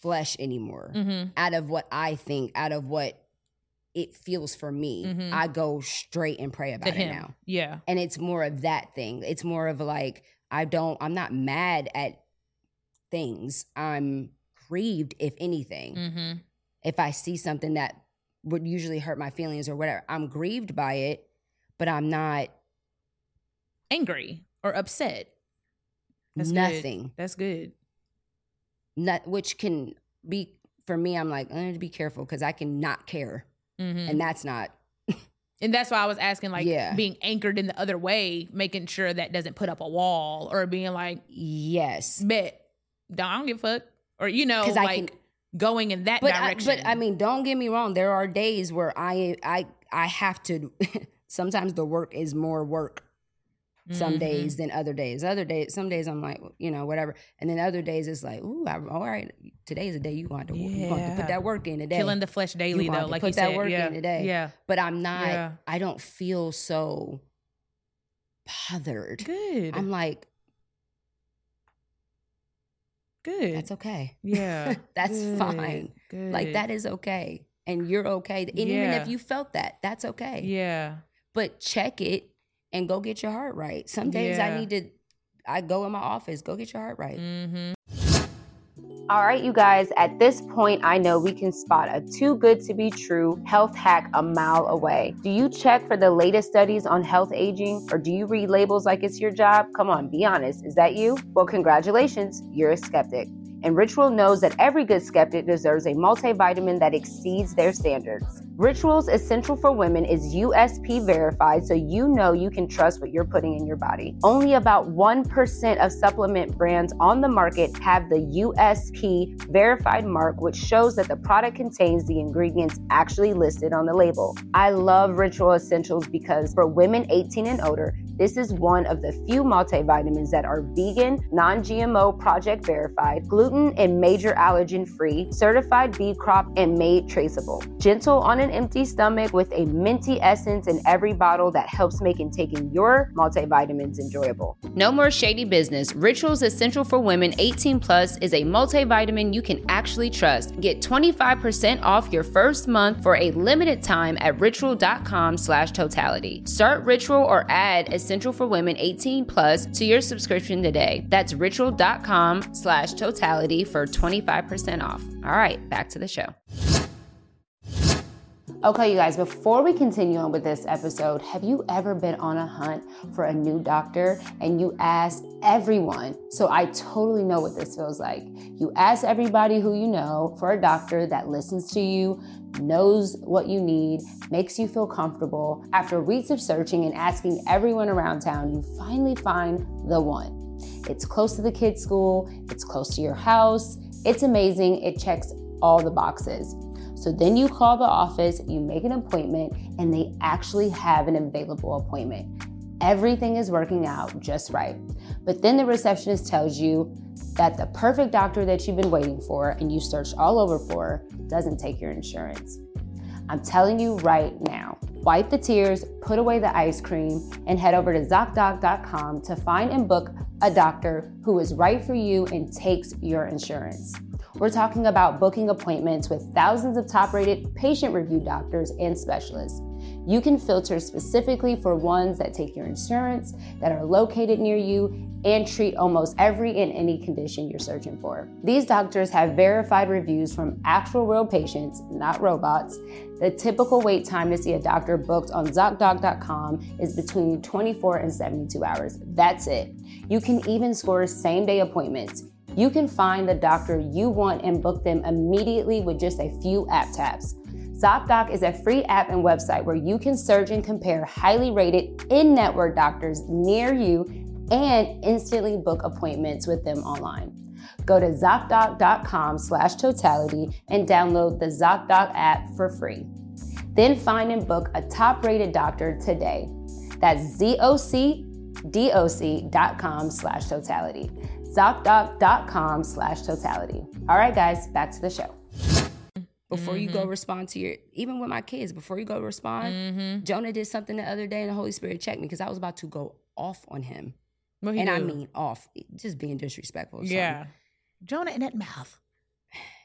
[SPEAKER 7] flesh anymore
[SPEAKER 1] Mm-hmm.
[SPEAKER 7] out of what I think, out of what it feels for me,
[SPEAKER 1] Mhm.
[SPEAKER 7] I go straight and pray about
[SPEAKER 1] To
[SPEAKER 7] it
[SPEAKER 1] him.
[SPEAKER 7] now.
[SPEAKER 1] Yeah.
[SPEAKER 7] And it's more of that thing. It's more of like, I don't, I'm not mad at things. I'm grieved, if anything.
[SPEAKER 1] Mm-hmm.
[SPEAKER 7] If I see something that would usually hurt my feelings or whatever, I'm grieved by it, but I'm not
[SPEAKER 1] Angry or upset. That's good.
[SPEAKER 7] nothing.
[SPEAKER 1] That's good.
[SPEAKER 7] Not, which can be, for me, I'm like, I need to be careful because I can not care.
[SPEAKER 1] Mm-hmm.
[SPEAKER 7] And that's not,
[SPEAKER 1] And that's why I was asking, like,
[SPEAKER 7] Yeah.
[SPEAKER 1] being anchored in the other way, making sure that doesn't put up a wall or being like,
[SPEAKER 7] yes.
[SPEAKER 1] bet, "Nah, I don't give a fuck. Or, you know,
[SPEAKER 7] 'Cause I
[SPEAKER 1] like
[SPEAKER 7] can-
[SPEAKER 1] going in that
[SPEAKER 7] but I,
[SPEAKER 1] direction.
[SPEAKER 7] but I mean, don't get me wrong. There are days where I I I have to. sometimes the work is more work. Some
[SPEAKER 1] Mhm.
[SPEAKER 7] days than other days. Other days, some days I'm like, you know, whatever. And then other days it's like, ooh, I'm, all right. Today's the day you want to you want to
[SPEAKER 1] Yeah.
[SPEAKER 7] put that work in today.
[SPEAKER 1] killing the flesh daily,
[SPEAKER 7] You
[SPEAKER 1] though.
[SPEAKER 7] want to
[SPEAKER 1] Like
[SPEAKER 7] put
[SPEAKER 1] you
[SPEAKER 7] that
[SPEAKER 1] said,
[SPEAKER 7] work
[SPEAKER 1] yeah.
[SPEAKER 7] in today.
[SPEAKER 1] Yeah.
[SPEAKER 7] but I'm not.
[SPEAKER 1] Yeah.
[SPEAKER 7] I don't feel so bothered.
[SPEAKER 1] Good.
[SPEAKER 7] I'm like,
[SPEAKER 1] good.
[SPEAKER 7] that's okay.
[SPEAKER 1] yeah.
[SPEAKER 7] That's
[SPEAKER 1] Good.
[SPEAKER 7] fine.
[SPEAKER 1] Good.
[SPEAKER 7] Like that is okay, and you're okay. And even
[SPEAKER 1] Yeah.
[SPEAKER 7] if you felt that, that's okay.
[SPEAKER 1] Yeah.
[SPEAKER 7] but check it and go get your heart right. Some days
[SPEAKER 1] Yeah.
[SPEAKER 7] I need to, I go in my office, go get your heart right.
[SPEAKER 1] Mm-hmm.
[SPEAKER 3] All right, you guys, at this point, I know we can spot a too good to be true health hack a mile away. Do you check for the latest studies on health aging or do you read labels like it's your job? Come on, be honest. Is that you? Well, congratulations, you're a skeptic. And Ritual knows that every good skeptic deserves a multivitamin that exceeds their standards. Ritual's Essential for Women is USP verified, so you know you can trust what you're putting in your body. Only about 1% of supplement brands on the market have the USP verified mark, which shows that the product contains the ingredients actually listed on the label. I love Ritual Essentials because for women 18 and older, this is one of the few multivitamins that are vegan, non GMO project verified, gluten and major allergen free, certified bee crop, and made traceable. Gentle on an empty stomach with a minty essence in every bottle that helps making taking your multivitamins enjoyable.
[SPEAKER 8] No more shady business. Rituals Essential for Women 18 Plus is a multivitamin you can actually trust. Get 25% off your first month for a limited time at ritual.com slash totality. Start Ritual or add Essential for Women 18 Plus to your subscription today. That's ritual.com slash totality for 25% off. All right, back to the show.
[SPEAKER 3] Okay, you guys, before we continue on with this episode, have you ever been on a hunt for a new doctor and you asked everyone? So I totally know what this feels like. You ask everybody who you know for a doctor that listens to you, knows what you need, makes you feel comfortable. After weeks of searching and asking everyone around town, you finally find the one. It's close to the kids' school, it's close to your house, it's amazing, it checks all the boxes. So then you call the office, you make an appointment, and they actually have an available appointment. Everything is working out just right. But then the receptionist tells you that the perfect doctor that you've been waiting for and you searched all over for doesn't take your insurance. I'm telling you right now. Wipe the tears, put away the ice cream, and head over to ZocDoc.com to find and book a doctor who is right for you and takes your insurance. We're talking about booking appointments with thousands of top rated patient review doctors and specialists. You can filter specifically for ones that take your insurance, that are located near you, and treat almost every and any condition you're searching for. These doctors have verified reviews from actual real patients, not robots. The typical wait time to see a doctor booked on ZocDoc.com is between 24 and 72 hours. That's it. You can even score same day appointments. You can find the doctor you want and book them immediately with just a few app taps. ZocDoc is a free app and website where you can search and compare highly rated in network doctors near you and instantly book appointments with them online.
[SPEAKER 5] Go to ZocDoc.com slash totality and download the ZocDoc app for free. Then find and book a top rated doctor today. That's ZocDoc.com slash totality. ZocDoc.com slash totality. All right, guys, back to the show.
[SPEAKER 3] Before you
[SPEAKER 1] Mm-hmm.
[SPEAKER 3] go respond to your, even with my kids, before you go respond,
[SPEAKER 1] Mm-hmm.
[SPEAKER 3] Jonah did something the other day and the Holy Spirit checked me because I was about to go off on him.
[SPEAKER 1] What he
[SPEAKER 3] and I
[SPEAKER 1] do?
[SPEAKER 3] mean off, just being disrespectful. or something.
[SPEAKER 1] yeah. Jonah in that mouth.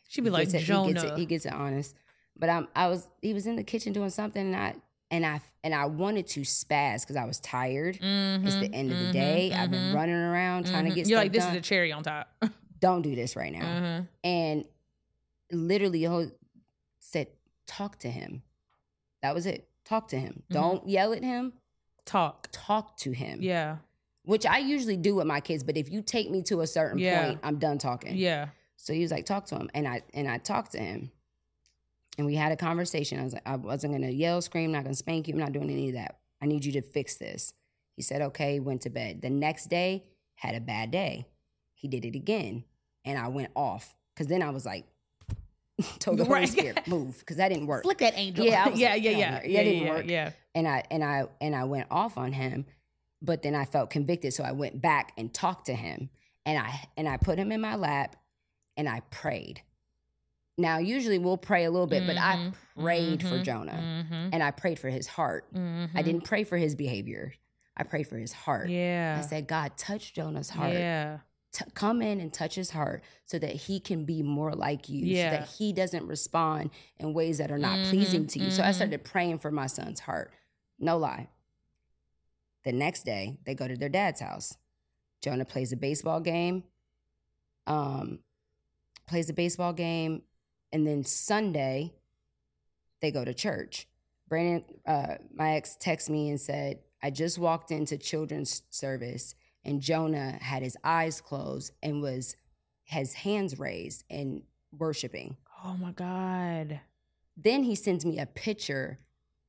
[SPEAKER 1] She'd be
[SPEAKER 3] He
[SPEAKER 1] like,
[SPEAKER 3] gets it-
[SPEAKER 1] Jonah.
[SPEAKER 3] He gets, it, he gets it honest. But um, I was he was in the kitchen doing something, and I and I and I wanted to spaz because I was tired.
[SPEAKER 1] Mm-hmm.
[SPEAKER 3] It's the end of the day. I've been running around trying to get
[SPEAKER 1] You're
[SPEAKER 3] stuff
[SPEAKER 1] like, this
[SPEAKER 3] done.
[SPEAKER 1] is the cherry on top.
[SPEAKER 3] Don't do this right now.
[SPEAKER 1] Uh-huh.
[SPEAKER 3] And literally, the whole said, "Talk to him." That was it. Talk to him. Don't yell at him.
[SPEAKER 1] Talk.
[SPEAKER 3] Talk to him.
[SPEAKER 1] Mm-hmm. Yeah.
[SPEAKER 3] Which I usually do with my kids, but if you take me to a certain
[SPEAKER 1] Yeah.
[SPEAKER 3] point, I'm done talking.
[SPEAKER 1] Yeah.
[SPEAKER 3] So he was like, talk to him. And I and I talked to him. And we had a conversation. I was like, I wasn't gonna yell, scream, not gonna spank you. I'm not doing any of that. I need you to fix this. He said, okay, went to bed. The next day, had a bad day. He did it again. And I went off. Cause then I was like, told the Holy
[SPEAKER 1] Right.
[SPEAKER 3] Spirit, move. Cause that didn't work.
[SPEAKER 6] Flick that angel.
[SPEAKER 3] Yeah, I was
[SPEAKER 1] Yeah,
[SPEAKER 3] like,
[SPEAKER 1] yeah,
[SPEAKER 3] "Get out
[SPEAKER 1] yeah.
[SPEAKER 3] of here."
[SPEAKER 1] Yeah,
[SPEAKER 3] That didn't
[SPEAKER 1] yeah,
[SPEAKER 3] work.
[SPEAKER 1] yeah.
[SPEAKER 3] and I and I and I went off on him, but then I felt convicted, so I went back and talked to him, and I and I put him in my lap, and I prayed. Now, usually we'll pray a little bit, but I
[SPEAKER 1] Mm-hmm.
[SPEAKER 3] prayed for Jonah, and I prayed for his heart.
[SPEAKER 1] Mm-hmm.
[SPEAKER 3] I didn't pray for his behavior. I prayed for his heart. I
[SPEAKER 1] Yeah.
[SPEAKER 3] said, God, touch Jonah's heart.
[SPEAKER 1] Yeah.
[SPEAKER 3] T- come in and touch his heart so that he can be more like you,
[SPEAKER 1] Yeah.
[SPEAKER 3] so that he doesn't respond in ways that are not pleasing to you. So I started praying for my son's heart. No lie. The next day, they go to their dad's house. Jonah plays a baseball game, um, plays a baseball game, and then Sunday, they go to church. Brandon, uh, my ex, texted me and said, "I just walked into children's service and Jonah had his eyes closed and was his hands raised and worshiping.
[SPEAKER 1] Oh my God.
[SPEAKER 3] Then he sends me a picture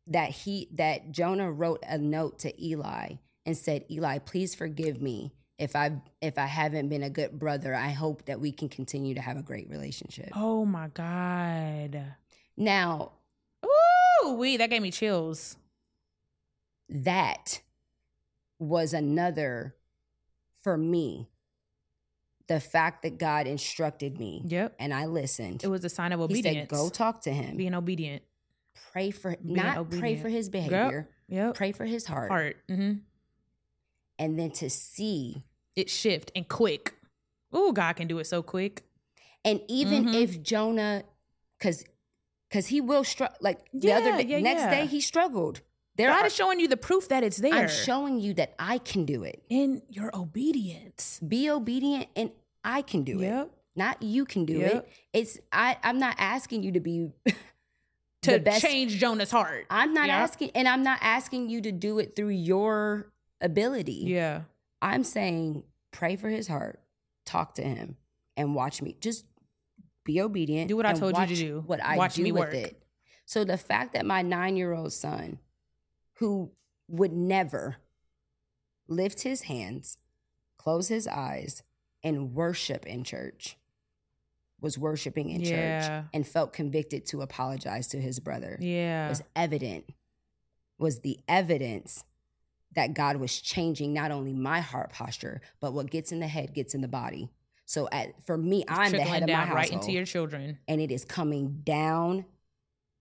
[SPEAKER 3] that he that Jonah wrote a note to Eli and said, "Eli, please forgive me if I if I haven't been a good brother. I hope that we can continue to have a great relationship."
[SPEAKER 1] Oh my God.
[SPEAKER 3] Now,
[SPEAKER 1] Ooh, wee. That gave me chills.
[SPEAKER 3] that was another for me the fact that God instructed me
[SPEAKER 1] Yep.
[SPEAKER 3] and I listened.
[SPEAKER 1] It was a sign of
[SPEAKER 3] he
[SPEAKER 1] obedience.
[SPEAKER 3] said, "Go talk to him.
[SPEAKER 1] Being obedient.
[SPEAKER 3] pray for
[SPEAKER 1] Being
[SPEAKER 3] not pray
[SPEAKER 1] obedient.
[SPEAKER 3] for his
[SPEAKER 1] Yep.
[SPEAKER 3] behavior,
[SPEAKER 1] Yep.
[SPEAKER 3] pray for his heart,
[SPEAKER 1] Heart. Mm-hmm.
[SPEAKER 3] and then to see.
[SPEAKER 1] It shift and quick. Ooh, God can do it so quick.
[SPEAKER 3] And even
[SPEAKER 1] Mhm.
[SPEAKER 3] if Jonah, because because he will struggle. Like the
[SPEAKER 1] Yeah,
[SPEAKER 3] other
[SPEAKER 1] yeah,
[SPEAKER 3] day, next
[SPEAKER 1] yeah.
[SPEAKER 3] day he struggled. There
[SPEAKER 1] God
[SPEAKER 3] are,
[SPEAKER 1] is showing you the proof that it's there.
[SPEAKER 3] I'm showing you that I can do it.
[SPEAKER 1] in your obedience.
[SPEAKER 3] Be obedient, and I can do it.
[SPEAKER 1] Yep.
[SPEAKER 3] Not you can do
[SPEAKER 1] Yep.
[SPEAKER 3] it. It's I. I'm not asking you to be
[SPEAKER 1] To
[SPEAKER 3] the best.
[SPEAKER 1] change Jonah's heart.
[SPEAKER 3] I'm not
[SPEAKER 1] Yep.
[SPEAKER 3] asking, and I'm not asking you to do it through your ability.
[SPEAKER 1] Yeah.
[SPEAKER 3] I'm saying pray for his heart, talk to him, and watch me. Just be obedient.
[SPEAKER 1] Do what I
[SPEAKER 3] and
[SPEAKER 1] told you to
[SPEAKER 3] watch
[SPEAKER 1] do.
[SPEAKER 3] What I
[SPEAKER 1] Watch
[SPEAKER 3] do
[SPEAKER 1] me
[SPEAKER 3] with
[SPEAKER 1] work.
[SPEAKER 3] it. So the fact that my nine year old son, who would never lift his hands, close his eyes, and worship in church, was worshiping in
[SPEAKER 1] Yeah.
[SPEAKER 3] church and felt convicted to apologize to his brother
[SPEAKER 1] Yeah.
[SPEAKER 3] was evident was the evidence that God was changing not only my heart posture, but what gets in the head gets in the body. So at, for me, I'm the
[SPEAKER 1] Trickling
[SPEAKER 3] head of my
[SPEAKER 1] down
[SPEAKER 3] household,
[SPEAKER 1] right into your children.
[SPEAKER 3] and it is coming down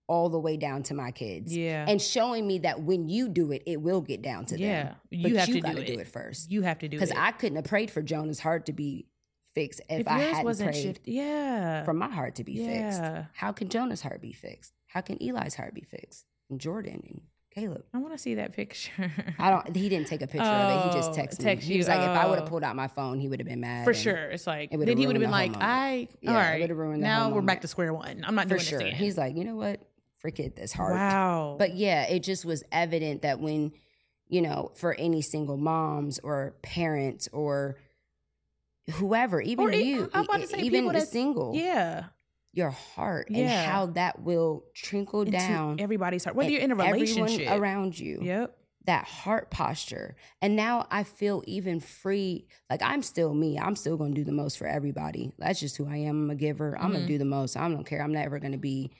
[SPEAKER 3] all the way down to my kids,
[SPEAKER 1] Yeah.
[SPEAKER 3] and showing me that when you do it, it will get down to
[SPEAKER 1] yeah.
[SPEAKER 3] them.
[SPEAKER 1] You
[SPEAKER 3] but
[SPEAKER 1] have
[SPEAKER 3] you
[SPEAKER 1] to
[SPEAKER 3] gotta
[SPEAKER 1] do, it.
[SPEAKER 3] first
[SPEAKER 1] You have to do it.
[SPEAKER 3] because I couldn't have prayed for Jonah's heart to be fixed if,
[SPEAKER 1] if
[SPEAKER 3] I
[SPEAKER 1] yours
[SPEAKER 3] hadn't
[SPEAKER 1] wasn't
[SPEAKER 3] prayed
[SPEAKER 1] shift, yeah.
[SPEAKER 3] for my heart to be
[SPEAKER 1] Yeah.
[SPEAKER 3] fixed. How can Jonah's heart be fixed? How can Eli's heart be fixed? And Jordan and Caleb.
[SPEAKER 1] I want to see that picture.
[SPEAKER 3] I don't. He didn't take a picture of it. He just
[SPEAKER 1] Oh,
[SPEAKER 3] texted me.
[SPEAKER 1] text
[SPEAKER 3] He was
[SPEAKER 1] you.
[SPEAKER 3] like, if I would
[SPEAKER 1] Oh.
[SPEAKER 3] have pulled out my phone, he would have been mad.
[SPEAKER 1] for
[SPEAKER 3] and-
[SPEAKER 1] sure. It's like
[SPEAKER 3] it
[SPEAKER 1] then
[SPEAKER 3] would've
[SPEAKER 1] he
[SPEAKER 3] ruined
[SPEAKER 1] would have
[SPEAKER 3] the
[SPEAKER 1] been
[SPEAKER 3] whole
[SPEAKER 1] like,
[SPEAKER 3] moment.
[SPEAKER 1] I
[SPEAKER 3] Yeah, it
[SPEAKER 1] all right.
[SPEAKER 3] would've ruined the
[SPEAKER 1] now
[SPEAKER 3] whole
[SPEAKER 1] we're back
[SPEAKER 3] moment.
[SPEAKER 1] to square one. I'm not
[SPEAKER 3] For
[SPEAKER 1] doing
[SPEAKER 3] sure.
[SPEAKER 1] this. again.
[SPEAKER 3] He's like, you know what? Forget this heart.
[SPEAKER 1] wow.
[SPEAKER 3] But yeah, it just was evident that when, you know, for any single moms or parents or whoever, even
[SPEAKER 1] Or e-
[SPEAKER 3] you,
[SPEAKER 1] I'm about to say
[SPEAKER 3] even
[SPEAKER 1] people
[SPEAKER 3] the
[SPEAKER 1] that's-
[SPEAKER 3] single,
[SPEAKER 1] yeah,
[SPEAKER 3] your heart and
[SPEAKER 1] Yeah.
[SPEAKER 3] how that will trickle
[SPEAKER 1] Into
[SPEAKER 3] down
[SPEAKER 1] everybody's heart. Whether
[SPEAKER 3] and
[SPEAKER 1] you're in a
[SPEAKER 3] e-, everyone
[SPEAKER 1] relationship,
[SPEAKER 3] around you.
[SPEAKER 1] Yep.
[SPEAKER 3] that heart posture. And now I feel even free. Like I'm still me. I'm still gonna do the most for everybody. That's just who I am. I'm a giver. I'm gonna
[SPEAKER 1] Mhm.
[SPEAKER 3] do the most. I don't care. I'm never gonna be.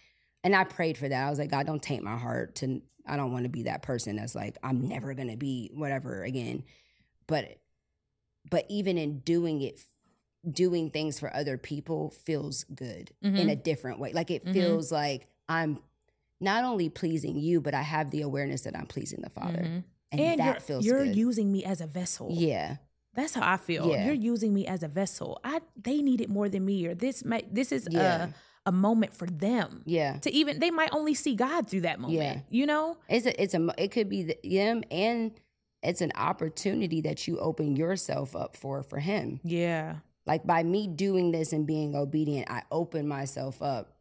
[SPEAKER 3] And I prayed for that. I was like, God, don't taint my heart. To I don't want to be that person that's like, I'm never gonna be whatever again. But but even in doing it, doing things for other people feels good in
[SPEAKER 1] Mhm.
[SPEAKER 3] a different way. Like it
[SPEAKER 1] Mhm.
[SPEAKER 3] feels like I'm not only pleasing you, but I have the awareness that I'm pleasing the Father,
[SPEAKER 1] Mhm.
[SPEAKER 3] and, that
[SPEAKER 1] you're,
[SPEAKER 3] feels
[SPEAKER 1] you're
[SPEAKER 3] good.
[SPEAKER 1] using me as a vessel.
[SPEAKER 3] yeah,
[SPEAKER 1] That's how I feel.
[SPEAKER 3] Yeah.
[SPEAKER 1] You're using me as a vessel. I they need it more than me, or this might this is
[SPEAKER 3] yeah,
[SPEAKER 1] a, a moment for them
[SPEAKER 3] yeah.
[SPEAKER 1] to even they might only see God through that moment.
[SPEAKER 3] Yeah.
[SPEAKER 1] You know?
[SPEAKER 3] It's a, it's a, mo- it could be the, him, and it's an opportunity that you open yourself up for for him.
[SPEAKER 1] Yeah.
[SPEAKER 3] Like by me doing this and being obedient, I open myself up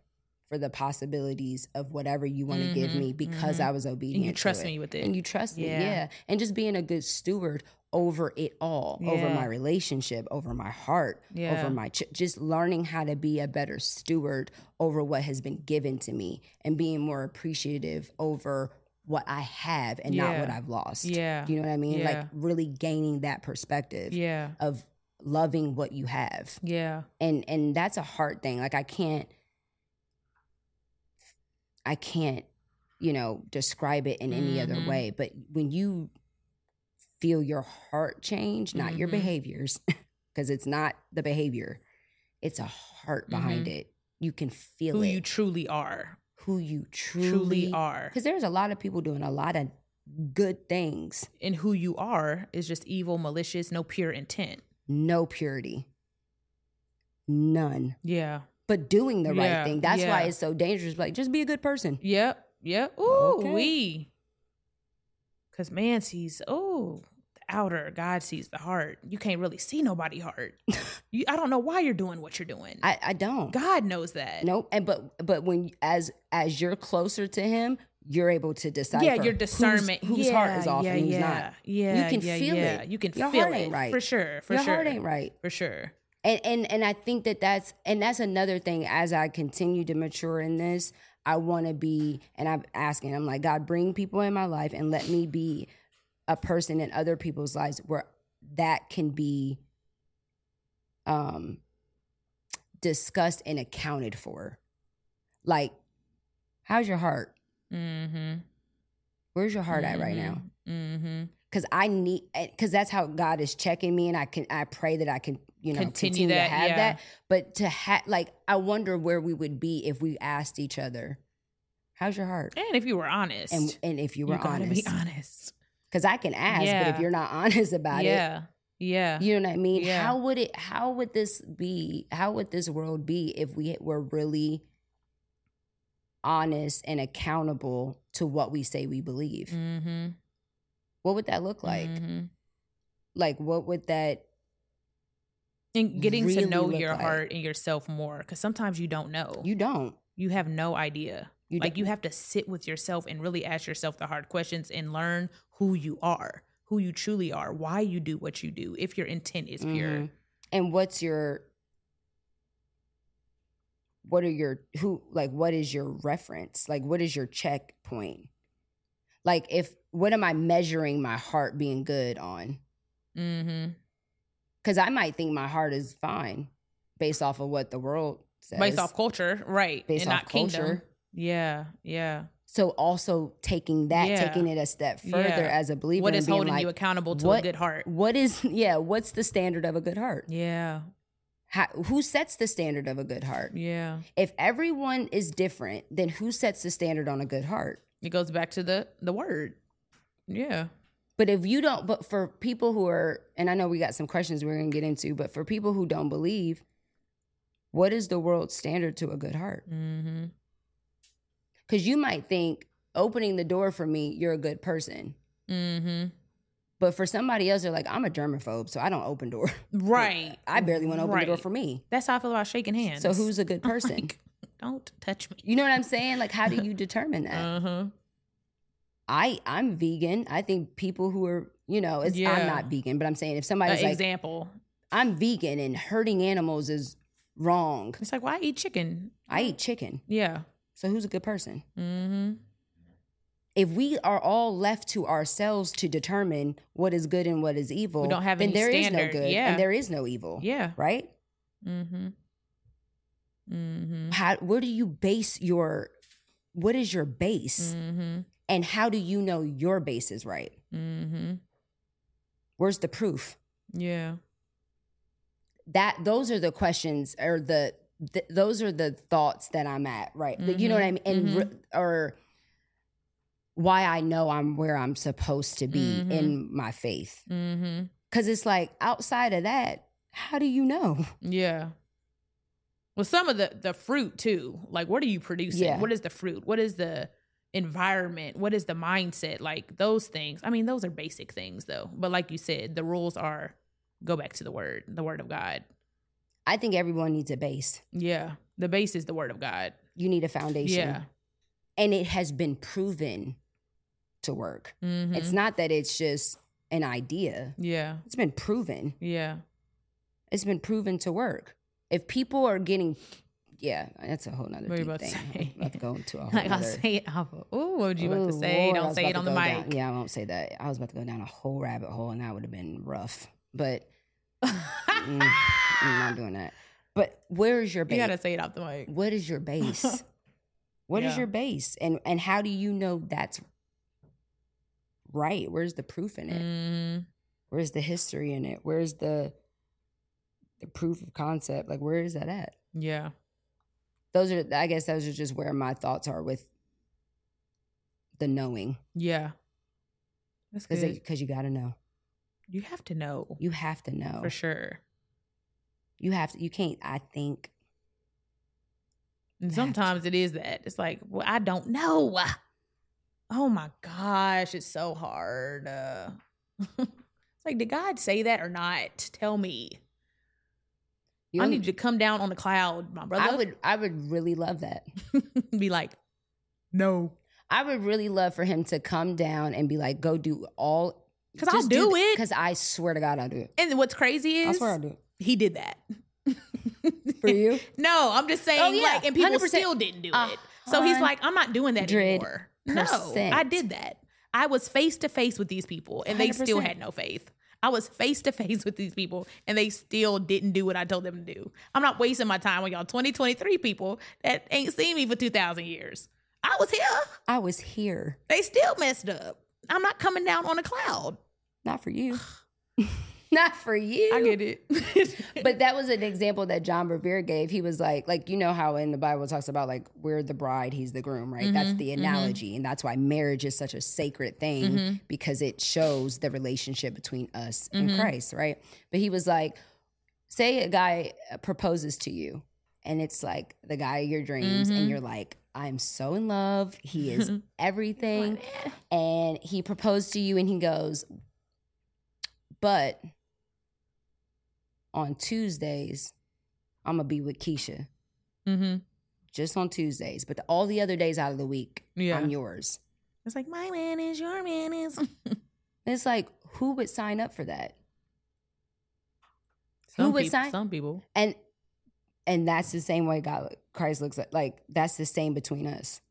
[SPEAKER 3] for the possibilities of whatever you want to give
[SPEAKER 1] Mhm,
[SPEAKER 3] me because
[SPEAKER 1] mhm.
[SPEAKER 3] I was
[SPEAKER 1] And
[SPEAKER 3] obedient.
[SPEAKER 1] you
[SPEAKER 3] to
[SPEAKER 1] trust
[SPEAKER 3] it.
[SPEAKER 1] me with
[SPEAKER 3] and
[SPEAKER 1] it.
[SPEAKER 3] you trust me
[SPEAKER 1] Yeah.
[SPEAKER 3] yeah. and just being a good steward over it all over
[SPEAKER 1] Yeah.
[SPEAKER 3] my relationship over my heart
[SPEAKER 1] Yeah.
[SPEAKER 3] over my ch- just learning how to be a better steward over what has been given to me and being more appreciative over what i have and not what
[SPEAKER 1] Yeah.
[SPEAKER 3] i've lost
[SPEAKER 1] Yeah.
[SPEAKER 3] you know what i mean like
[SPEAKER 1] Yeah.
[SPEAKER 3] really gaining that perspective
[SPEAKER 1] Yeah.
[SPEAKER 3] of loving what you have
[SPEAKER 1] Yeah.
[SPEAKER 3] and and that's a hard thing like i can't i can't you know describe it in any
[SPEAKER 1] Mhm.
[SPEAKER 3] other way but when you feel your heart change not your
[SPEAKER 1] Mhm.
[SPEAKER 3] behaviors because it's not the behavior it's a heart behind it you can feel
[SPEAKER 1] Mm-hmm. Who
[SPEAKER 3] it
[SPEAKER 1] you truly are.
[SPEAKER 3] who you
[SPEAKER 1] Truly,
[SPEAKER 3] truly,
[SPEAKER 1] are.
[SPEAKER 3] because there's a lot of people doing a lot of good things
[SPEAKER 1] And who you are is just evil, malicious, no pure intent.
[SPEAKER 3] no purity none
[SPEAKER 1] Yeah.
[SPEAKER 3] but doing the
[SPEAKER 1] Yeah,
[SPEAKER 3] right thing that's why
[SPEAKER 1] yeah.
[SPEAKER 3] it's so dangerous like just be a good person
[SPEAKER 1] Yep. Yep. Ooh,
[SPEAKER 3] Okay.
[SPEAKER 1] we. Cause man sees, oh, the outer. God sees the heart. You can't really see nobody heart. you, I don't know why you're doing what you're doing.
[SPEAKER 3] I, I don't.
[SPEAKER 1] God knows that.
[SPEAKER 3] Nope. And but but when as as you're closer to him, you're able to decipher.
[SPEAKER 1] yeah, your
[SPEAKER 3] whose-
[SPEAKER 1] discernment.
[SPEAKER 3] Whose,
[SPEAKER 1] yeah,
[SPEAKER 3] heart is off
[SPEAKER 1] yeah,
[SPEAKER 3] and who's
[SPEAKER 1] yeah,
[SPEAKER 3] not.
[SPEAKER 1] Yeah,
[SPEAKER 3] You can
[SPEAKER 1] yeah,
[SPEAKER 3] feel
[SPEAKER 1] yeah.
[SPEAKER 3] it.
[SPEAKER 1] You can
[SPEAKER 3] Your
[SPEAKER 1] feel
[SPEAKER 3] heart
[SPEAKER 1] it
[SPEAKER 3] ain't right.
[SPEAKER 1] for sure. For
[SPEAKER 3] your
[SPEAKER 1] sure,
[SPEAKER 3] heart ain't right.
[SPEAKER 1] for sure.
[SPEAKER 3] And and and I think that that's and that's another thing. As I continue to mature in this, I want to be. And I'm asking. I'm like, God, bring people in my life and let me be a person in other people's lives where that can be um discussed and accounted for. Like, how's your heart?
[SPEAKER 1] Mm-hmm.
[SPEAKER 3] Where's your heart at right now?
[SPEAKER 1] Mm-hmm.
[SPEAKER 3] Because I need, because that's how God is checking me, and I can, I pray that I can, you know,
[SPEAKER 1] Continue
[SPEAKER 3] continue,
[SPEAKER 1] that,
[SPEAKER 3] to have
[SPEAKER 1] yeah.
[SPEAKER 3] that. But to have, like, I wonder where we would be if we asked each other, "How's your heart?"
[SPEAKER 1] And if you were honest,
[SPEAKER 3] And and if you were
[SPEAKER 1] gotta
[SPEAKER 3] honest,
[SPEAKER 1] be honest.
[SPEAKER 3] because I can ask, but
[SPEAKER 1] Yeah.
[SPEAKER 3] if you're not honest about it,
[SPEAKER 1] Yeah, yeah.
[SPEAKER 3] you know what I mean?
[SPEAKER 1] Yeah.
[SPEAKER 3] How would it? How would this be? How would this world be if we were really honest and accountable to what we say we believe?
[SPEAKER 1] mm-hmm.
[SPEAKER 3] What would that look like?
[SPEAKER 1] Mm.
[SPEAKER 3] Like, what would that?
[SPEAKER 1] and getting
[SPEAKER 3] really
[SPEAKER 1] to know
[SPEAKER 3] look
[SPEAKER 1] your
[SPEAKER 3] like.
[SPEAKER 1] heart and yourself more, because sometimes you don't know.
[SPEAKER 3] You don't.
[SPEAKER 1] you have no idea.
[SPEAKER 3] You
[SPEAKER 1] like
[SPEAKER 3] don't.
[SPEAKER 1] you have to sit with yourself and really ask yourself the hard questions and learn who you are, who you truly are, why you do what you do, if your intent is pure.
[SPEAKER 3] Mhm. And what's your what are your who like what is your reference? Like what is your checkpoint? Like if what am I measuring my heart being good on?
[SPEAKER 1] Mm-hmm.
[SPEAKER 3] Cuz I might think my heart is fine based off of what the world says.
[SPEAKER 1] Based off culture, right?
[SPEAKER 3] based
[SPEAKER 1] and
[SPEAKER 3] off
[SPEAKER 1] not kingdom.
[SPEAKER 3] culture.
[SPEAKER 1] Yeah, yeah.
[SPEAKER 3] So also taking that,
[SPEAKER 1] Yeah.
[SPEAKER 3] taking it a step further
[SPEAKER 1] Yeah.
[SPEAKER 3] as a believer
[SPEAKER 1] What
[SPEAKER 3] and
[SPEAKER 1] is
[SPEAKER 3] being
[SPEAKER 1] holding
[SPEAKER 3] like,
[SPEAKER 1] you accountable to a
[SPEAKER 3] what-
[SPEAKER 1] good heart?
[SPEAKER 3] What is yeah, what's the standard of a good heart?
[SPEAKER 1] Yeah,
[SPEAKER 3] How, who sets the standard of a good heart?
[SPEAKER 1] yeah.
[SPEAKER 3] if everyone is different, then who sets the standard on a good heart?
[SPEAKER 1] It goes back to the the word. Yeah.
[SPEAKER 3] But if you don't, but for people who are, and I know we got some questions we're gonna get into, but for people who don't believe, what is the world's standard to a good heart?
[SPEAKER 1] Mm-hmm.
[SPEAKER 3] Because you might think opening the door for me, you're a good person.
[SPEAKER 1] Mm-hmm.
[SPEAKER 3] But for somebody else, they're like, I'm a germaphobe, so I don't open door.
[SPEAKER 1] Right.
[SPEAKER 3] I barely want to open the door
[SPEAKER 1] Right.
[SPEAKER 3] for me.
[SPEAKER 1] That's how I feel about shaking hands.
[SPEAKER 3] So who's a good
[SPEAKER 1] I'm
[SPEAKER 3] person?
[SPEAKER 1] like, don't touch me.
[SPEAKER 3] you know what I'm saying? Like, how do you determine that?
[SPEAKER 1] Uh-huh.
[SPEAKER 3] I I'm vegan. I think people who are you know, it's,
[SPEAKER 1] Yeah.
[SPEAKER 3] I'm not vegan, but I'm saying if
[SPEAKER 1] An
[SPEAKER 3] somebody's like
[SPEAKER 1] example.
[SPEAKER 3] I'm vegan and hurting animals is wrong.
[SPEAKER 1] It's like, why eat chicken?
[SPEAKER 3] I eat chicken,
[SPEAKER 1] Yeah.
[SPEAKER 3] so who's a good person?
[SPEAKER 1] Mm-hmm.
[SPEAKER 3] if we are all left to ourselves to determine what is good and what is evil,
[SPEAKER 1] don't have
[SPEAKER 3] then
[SPEAKER 1] any
[SPEAKER 3] there is
[SPEAKER 1] standard.
[SPEAKER 3] no good
[SPEAKER 1] Yeah.
[SPEAKER 3] and there is no evil.
[SPEAKER 1] Yeah.
[SPEAKER 3] Right?
[SPEAKER 1] Mm-hmm. Mm-hmm.
[SPEAKER 3] How where do you base your what is your base?
[SPEAKER 1] Mm-hmm.
[SPEAKER 3] And how do you know your base is right?
[SPEAKER 1] Mm-hmm.
[SPEAKER 3] Where's the proof?
[SPEAKER 1] Yeah.
[SPEAKER 3] That those are the questions or the, th- those are the thoughts that I'm at, right? Like, You know what I mean? And
[SPEAKER 1] Mhm.
[SPEAKER 3] re- or why I know I'm where I'm supposed to be
[SPEAKER 1] Mhm.
[SPEAKER 3] in my faith.
[SPEAKER 1] Mm-hmm.
[SPEAKER 3] Cause it's like outside of that, how do you know?
[SPEAKER 1] Yeah. Well, some of the the fruit too. Like, what are you producing?
[SPEAKER 3] Yeah.
[SPEAKER 1] What is the fruit? What is the environment? What is the mindset? Like those things. I mean, those are basic things though. But like you said, the rules are go back to the word, the word of God.
[SPEAKER 3] I think everyone needs a base.
[SPEAKER 1] Yeah. The base is the word of God.
[SPEAKER 3] You need a foundation.
[SPEAKER 1] Yeah.
[SPEAKER 3] And it has been proven to work.
[SPEAKER 1] hmm
[SPEAKER 3] It's not that it's just an idea.
[SPEAKER 1] yeah.
[SPEAKER 3] It's been proven.
[SPEAKER 1] Yeah.
[SPEAKER 3] It's been proven to work. If people are getting yeah, that's a whole nother
[SPEAKER 1] What
[SPEAKER 3] deep
[SPEAKER 1] you about to
[SPEAKER 3] thing.
[SPEAKER 1] say?
[SPEAKER 3] I'm about to go into a whole
[SPEAKER 1] Like I'll
[SPEAKER 3] nother-
[SPEAKER 1] say it. I'll- Ooh, what would you about to
[SPEAKER 3] Oh, Ooh,
[SPEAKER 1] say?
[SPEAKER 3] Lord, I
[SPEAKER 1] Don't
[SPEAKER 3] was
[SPEAKER 1] say
[SPEAKER 3] about
[SPEAKER 1] it
[SPEAKER 3] to
[SPEAKER 1] on the
[SPEAKER 3] go
[SPEAKER 1] mic.
[SPEAKER 3] down- Yeah, I won't say that. I was about to go down a whole rabbit hole and that would have been rough. But mm, I'm not doing that. But where is your
[SPEAKER 1] you
[SPEAKER 3] base?
[SPEAKER 1] gotta say it off the mic.
[SPEAKER 3] what is your base What is
[SPEAKER 1] Yeah.
[SPEAKER 3] your base and and how do you know that's right where's the proof in it
[SPEAKER 1] Mm,
[SPEAKER 3] where's the history in it where's the the proof of concept like where is that at
[SPEAKER 1] yeah.
[SPEAKER 3] those are i guess those are just where my thoughts are with the knowing
[SPEAKER 1] Yeah. That's
[SPEAKER 3] because
[SPEAKER 1] good.
[SPEAKER 3] because you got to know
[SPEAKER 1] you have to know
[SPEAKER 3] you have to know
[SPEAKER 1] for sure.
[SPEAKER 3] you have to you can't i think
[SPEAKER 1] And
[SPEAKER 3] You have to.
[SPEAKER 1] sometimes it is that. It's like, well, I don't know. Oh my gosh, it's so hard. Uh, it's like, did God say that or not? Tell me.
[SPEAKER 3] you
[SPEAKER 1] I
[SPEAKER 3] don't-
[SPEAKER 1] need you to come down on the cloud, my brother.
[SPEAKER 3] i would i would really love that
[SPEAKER 1] be like, no.
[SPEAKER 3] I would really love for him to come down and be like, go do all.
[SPEAKER 1] 'Cause I'll do it.
[SPEAKER 3] Because I swear to God, I'll do it.
[SPEAKER 1] And what's crazy is
[SPEAKER 3] I swear I'll do it.
[SPEAKER 1] he did that.
[SPEAKER 3] For you?
[SPEAKER 1] No, I'm just saying,
[SPEAKER 3] Oh, yeah, Uh,
[SPEAKER 1] like, and people
[SPEAKER 3] 100%.
[SPEAKER 1] still didn't do
[SPEAKER 3] A
[SPEAKER 1] it. Uh, So he's
[SPEAKER 3] hun-
[SPEAKER 1] like, I'm not doing that
[SPEAKER 3] dred
[SPEAKER 1] anymore. No,
[SPEAKER 3] percent.
[SPEAKER 1] I did that. I was face to face with these people, and they still
[SPEAKER 3] 100%.
[SPEAKER 1] had no faith. I was face to face with these people, and they still didn't do what I told them to do. I'm not wasting my time on y'all 2023 people that ain't seen me for 2,000 years. I was here.
[SPEAKER 3] I was here.
[SPEAKER 1] They still messed up. I'm not coming down on a cloud.
[SPEAKER 3] Not for you. Not for you.
[SPEAKER 1] it.
[SPEAKER 3] But that was an example that John Revere gave. He was like, like, you know how in the Bible it talks about like we're the bride, he's the groom, right? That's the analogy. And that's why marriage is such a sacred thing
[SPEAKER 1] Mm-hmm.
[SPEAKER 3] because it shows the relationship between us and Christ, right? But he was like, say a guy proposes to you and it's like the guy of your dreams and you're like i'm so in love he is everything and he proposed to you and he goes but on tuesdays i'm gonna be with keisha
[SPEAKER 1] mm-hmm.
[SPEAKER 3] just on tuesdays but all the other days out of the week
[SPEAKER 1] Yeah.
[SPEAKER 3] i'm yours
[SPEAKER 1] It's like, my man is your man is.
[SPEAKER 3] and it's like who would sign up for that
[SPEAKER 1] Some
[SPEAKER 3] would
[SPEAKER 1] peop-
[SPEAKER 3] sign-
[SPEAKER 1] Some people.
[SPEAKER 3] and and that's the same way god christ looks at like that's the same between us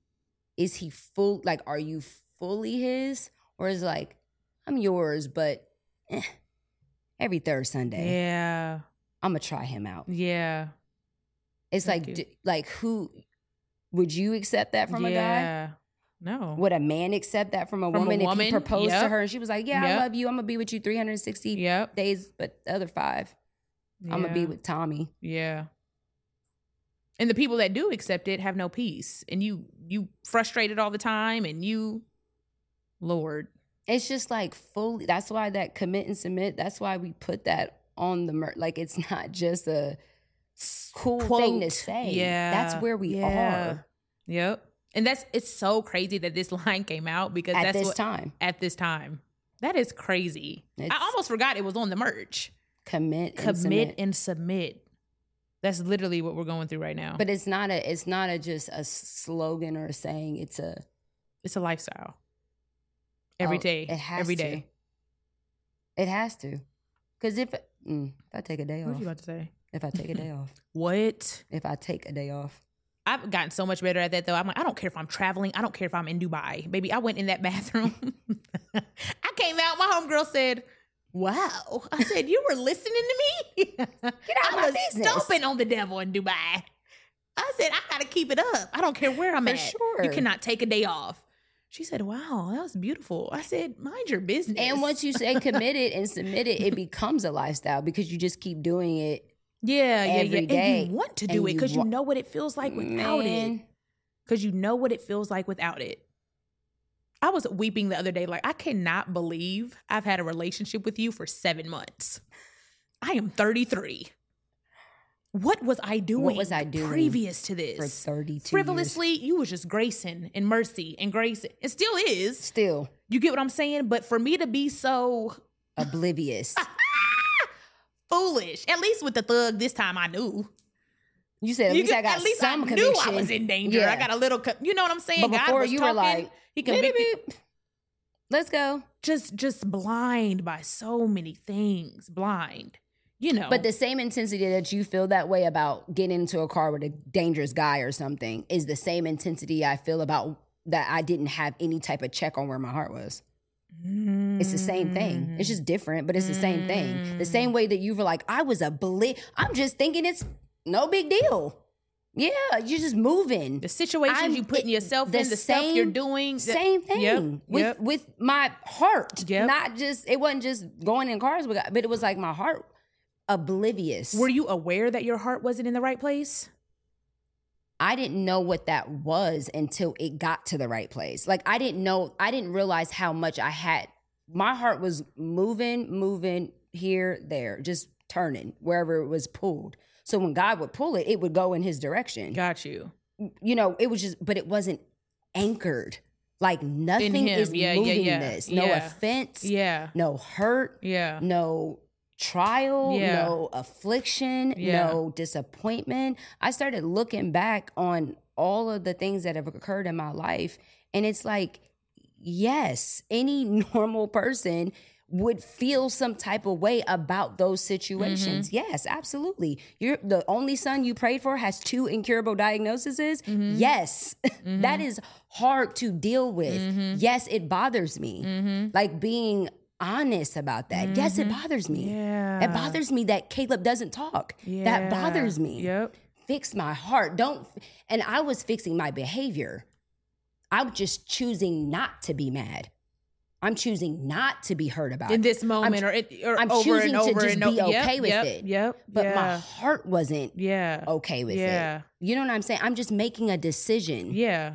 [SPEAKER 3] is he full like are you fully his or is it like i'm yours but eh, every third sunday
[SPEAKER 1] Yeah.
[SPEAKER 3] i'm gonna try him out
[SPEAKER 1] Yeah.
[SPEAKER 3] it's
[SPEAKER 1] thank
[SPEAKER 3] like
[SPEAKER 1] you.
[SPEAKER 3] d- like who would you accept that from a guy
[SPEAKER 1] yeah. No.
[SPEAKER 3] would a man accept that from a
[SPEAKER 1] From a
[SPEAKER 3] woman, if
[SPEAKER 1] woman,
[SPEAKER 3] he proposed to
[SPEAKER 1] yep.
[SPEAKER 3] her and she was like yeah
[SPEAKER 1] Yep.
[SPEAKER 3] i love you i'm gonna be with you 360
[SPEAKER 1] Yep.
[SPEAKER 3] days but the other five i'm gonna be
[SPEAKER 1] Yeah.
[SPEAKER 3] with tommy
[SPEAKER 1] Yeah. And the people that do accept it have no peace, and you you frustrated all the time, and you, Lord,
[SPEAKER 3] it's just like fully that's why that commit and submit that's why we put that on the mer- like it's not just a cool thing to
[SPEAKER 1] Quote.
[SPEAKER 3] say
[SPEAKER 1] Yeah,
[SPEAKER 3] that's where we
[SPEAKER 1] yeah.
[SPEAKER 3] are
[SPEAKER 1] Yep. And that's it's so crazy that this line came out because
[SPEAKER 3] at
[SPEAKER 1] that's
[SPEAKER 3] this
[SPEAKER 1] what
[SPEAKER 3] time
[SPEAKER 1] at this time. That is crazy.
[SPEAKER 3] It's-
[SPEAKER 1] I almost forgot it was on the merch.
[SPEAKER 3] commit and
[SPEAKER 1] Commit
[SPEAKER 3] submit.
[SPEAKER 1] and submit. That's literally what we're going through right now.
[SPEAKER 3] but it's not a it's not a just a slogan or a saying it's a
[SPEAKER 1] it's a lifestyle. Every
[SPEAKER 3] oh,
[SPEAKER 1] day.
[SPEAKER 3] it has
[SPEAKER 1] every
[SPEAKER 3] to.
[SPEAKER 1] day.
[SPEAKER 3] it has to because if mm, if i take a day
[SPEAKER 1] What
[SPEAKER 3] off
[SPEAKER 1] you about to say?
[SPEAKER 3] if i take a day off
[SPEAKER 1] What?
[SPEAKER 3] if i take a day off
[SPEAKER 1] I've gotten so much better at that though. I'm like, I don't care if I'm traveling. I don't care if I'm in Dubai. Baby, I went in that bathroom. I came out. My homegirl said, Wow. I said, You were listening to me?
[SPEAKER 3] Get out of
[SPEAKER 6] I
[SPEAKER 3] my
[SPEAKER 6] was
[SPEAKER 3] business.
[SPEAKER 6] stomping on the devil in Dubai. I said, I gotta keep it up. I don't care where I'm
[SPEAKER 3] For
[SPEAKER 6] at.
[SPEAKER 3] sure.
[SPEAKER 6] You cannot take a day off. She said, Wow, that was beautiful. I said, Mind your business.
[SPEAKER 3] And once you say committed and submitted, it becomes a lifestyle because you just keep doing it.
[SPEAKER 1] Yeah, yeah,
[SPEAKER 3] every
[SPEAKER 1] yeah.
[SPEAKER 3] day,
[SPEAKER 1] And you want to
[SPEAKER 3] and
[SPEAKER 1] do it
[SPEAKER 3] you
[SPEAKER 1] because you,
[SPEAKER 3] wa-
[SPEAKER 1] know what it feels like without it.
[SPEAKER 3] Man.
[SPEAKER 1] Because you know what it feels like without it. I was weeping the other day, like, I cannot believe I've had a relationship with you for seven months. I am 33. What was I doing?
[SPEAKER 3] was I doing
[SPEAKER 1] previous to
[SPEAKER 3] for
[SPEAKER 1] this?
[SPEAKER 3] 32 years.
[SPEAKER 1] Frivolously, you was just gracing and mercy and grace. It still is.
[SPEAKER 3] Still
[SPEAKER 1] You get what I'm saying? But for me to be so
[SPEAKER 3] oblivious.
[SPEAKER 1] foolish, at least with the thug this time, I knew.
[SPEAKER 3] You said at
[SPEAKER 1] You
[SPEAKER 3] least
[SPEAKER 1] could-
[SPEAKER 3] I got
[SPEAKER 1] at least
[SPEAKER 3] some
[SPEAKER 1] I
[SPEAKER 3] conviction.
[SPEAKER 1] knew I was in danger.
[SPEAKER 3] Yeah.
[SPEAKER 1] I got a little, co- you know what I'm saying?
[SPEAKER 3] But
[SPEAKER 1] God
[SPEAKER 3] before
[SPEAKER 1] was
[SPEAKER 3] you were
[SPEAKER 1] talking,
[SPEAKER 3] like,
[SPEAKER 1] he
[SPEAKER 3] Beep,
[SPEAKER 1] convicted,
[SPEAKER 3] beep. Let's go.
[SPEAKER 1] just just blind by so many things, blind. You know,
[SPEAKER 3] But the same intensity that you feel that way about getting into a car with a dangerous guy or something is the same intensity I feel about that I didn't have any type of check on where my heart was.
[SPEAKER 1] Mm.
[SPEAKER 3] It's the same thing. It's just different, but it's the same thing. The same way that you were like, I was a blit. I'm just thinking it's no big deal. Yeah, you're just moving.
[SPEAKER 1] the situations
[SPEAKER 3] I'm-
[SPEAKER 1] you putting
[SPEAKER 3] it-
[SPEAKER 1] yourself
[SPEAKER 3] the
[SPEAKER 1] in, the stuff you're
[SPEAKER 3] same-
[SPEAKER 1] doing, the-
[SPEAKER 3] Same thing
[SPEAKER 1] Yep,
[SPEAKER 3] with
[SPEAKER 1] yep.
[SPEAKER 3] with my heart.
[SPEAKER 1] Yep.
[SPEAKER 3] Not just it wasn't just going in cars, with- but it was like my heart oblivious.
[SPEAKER 1] Were you aware that your heart wasn't in the right place?
[SPEAKER 3] I didn't know what that was until it got to the right place. Like I didn't know, I didn't realize how much I had. My heart was moving, moving here, there, just turning wherever it was pulled. So when God would pull it, it would go in His direction.
[SPEAKER 1] Got you.
[SPEAKER 3] You know, it was just, but it wasn't anchored. Like nothing
[SPEAKER 1] him.
[SPEAKER 3] is
[SPEAKER 1] Yeah, yeah,
[SPEAKER 3] moving
[SPEAKER 1] yeah.
[SPEAKER 3] this. No
[SPEAKER 1] Yeah.
[SPEAKER 3] offense.
[SPEAKER 1] Yeah.
[SPEAKER 3] No hurt
[SPEAKER 1] Yeah.
[SPEAKER 3] no trial,
[SPEAKER 1] Yeah.
[SPEAKER 3] no affliction,
[SPEAKER 1] Yeah.
[SPEAKER 3] no disappointment. I started looking back on all of the things that have occurred in my life, and it's like, yes, any normal person would feel some type of way about those situations.
[SPEAKER 1] Mm-hmm.
[SPEAKER 3] Yes, absolutely. You're the only son you prayed for has two incurable diagnoses.
[SPEAKER 1] Mm-hmm.
[SPEAKER 3] Yes. That is hard to deal with.
[SPEAKER 1] Mm-hmm.
[SPEAKER 3] Yes, it bothers me. Like being honest about that. Yes, it bothers me.
[SPEAKER 1] Mm-hmm. Yeah.
[SPEAKER 3] It bothers me that Caleb doesn't talk. That bothers me.
[SPEAKER 1] Yep.
[SPEAKER 3] Fix my heart. Don't and I was fixing my behavior. I'm just choosing not to be mad. I'm choosing not to be hurt about
[SPEAKER 1] In
[SPEAKER 3] it.
[SPEAKER 1] this moment, or it, or
[SPEAKER 3] I'm
[SPEAKER 1] over
[SPEAKER 3] choosing
[SPEAKER 1] and
[SPEAKER 3] to
[SPEAKER 1] over
[SPEAKER 3] just
[SPEAKER 1] and
[SPEAKER 3] be
[SPEAKER 1] over.
[SPEAKER 3] okay
[SPEAKER 1] yep,
[SPEAKER 3] with
[SPEAKER 1] yep,
[SPEAKER 3] it.
[SPEAKER 1] Yep.
[SPEAKER 3] But
[SPEAKER 1] yeah.
[SPEAKER 3] my heart wasn't
[SPEAKER 1] yeah.
[SPEAKER 3] okay with
[SPEAKER 1] yeah.
[SPEAKER 3] it. You know what I'm saying? I'm just making a decision.
[SPEAKER 1] Yeah.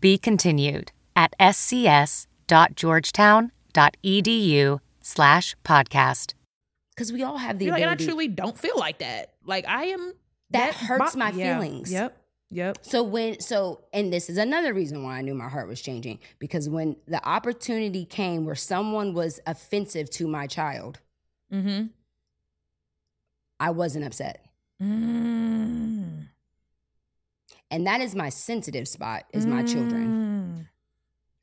[SPEAKER 9] Be continued at scs.georgetown.edu E slash podcast.
[SPEAKER 3] Because we all have the
[SPEAKER 1] You're like, and I
[SPEAKER 3] ability.
[SPEAKER 1] truly don't feel like that. Like I am.
[SPEAKER 3] That hurts my
[SPEAKER 1] yeah,
[SPEAKER 3] feelings.
[SPEAKER 1] Yep. Yep.
[SPEAKER 3] so when so and this is another reason why I knew my heart was changing because when the opportunity came where someone was offensive to my child,
[SPEAKER 1] Mm-hmm.
[SPEAKER 3] I wasn't upset.
[SPEAKER 1] Mm.
[SPEAKER 3] And that is my sensitive spot is my
[SPEAKER 1] Mm.
[SPEAKER 3] children.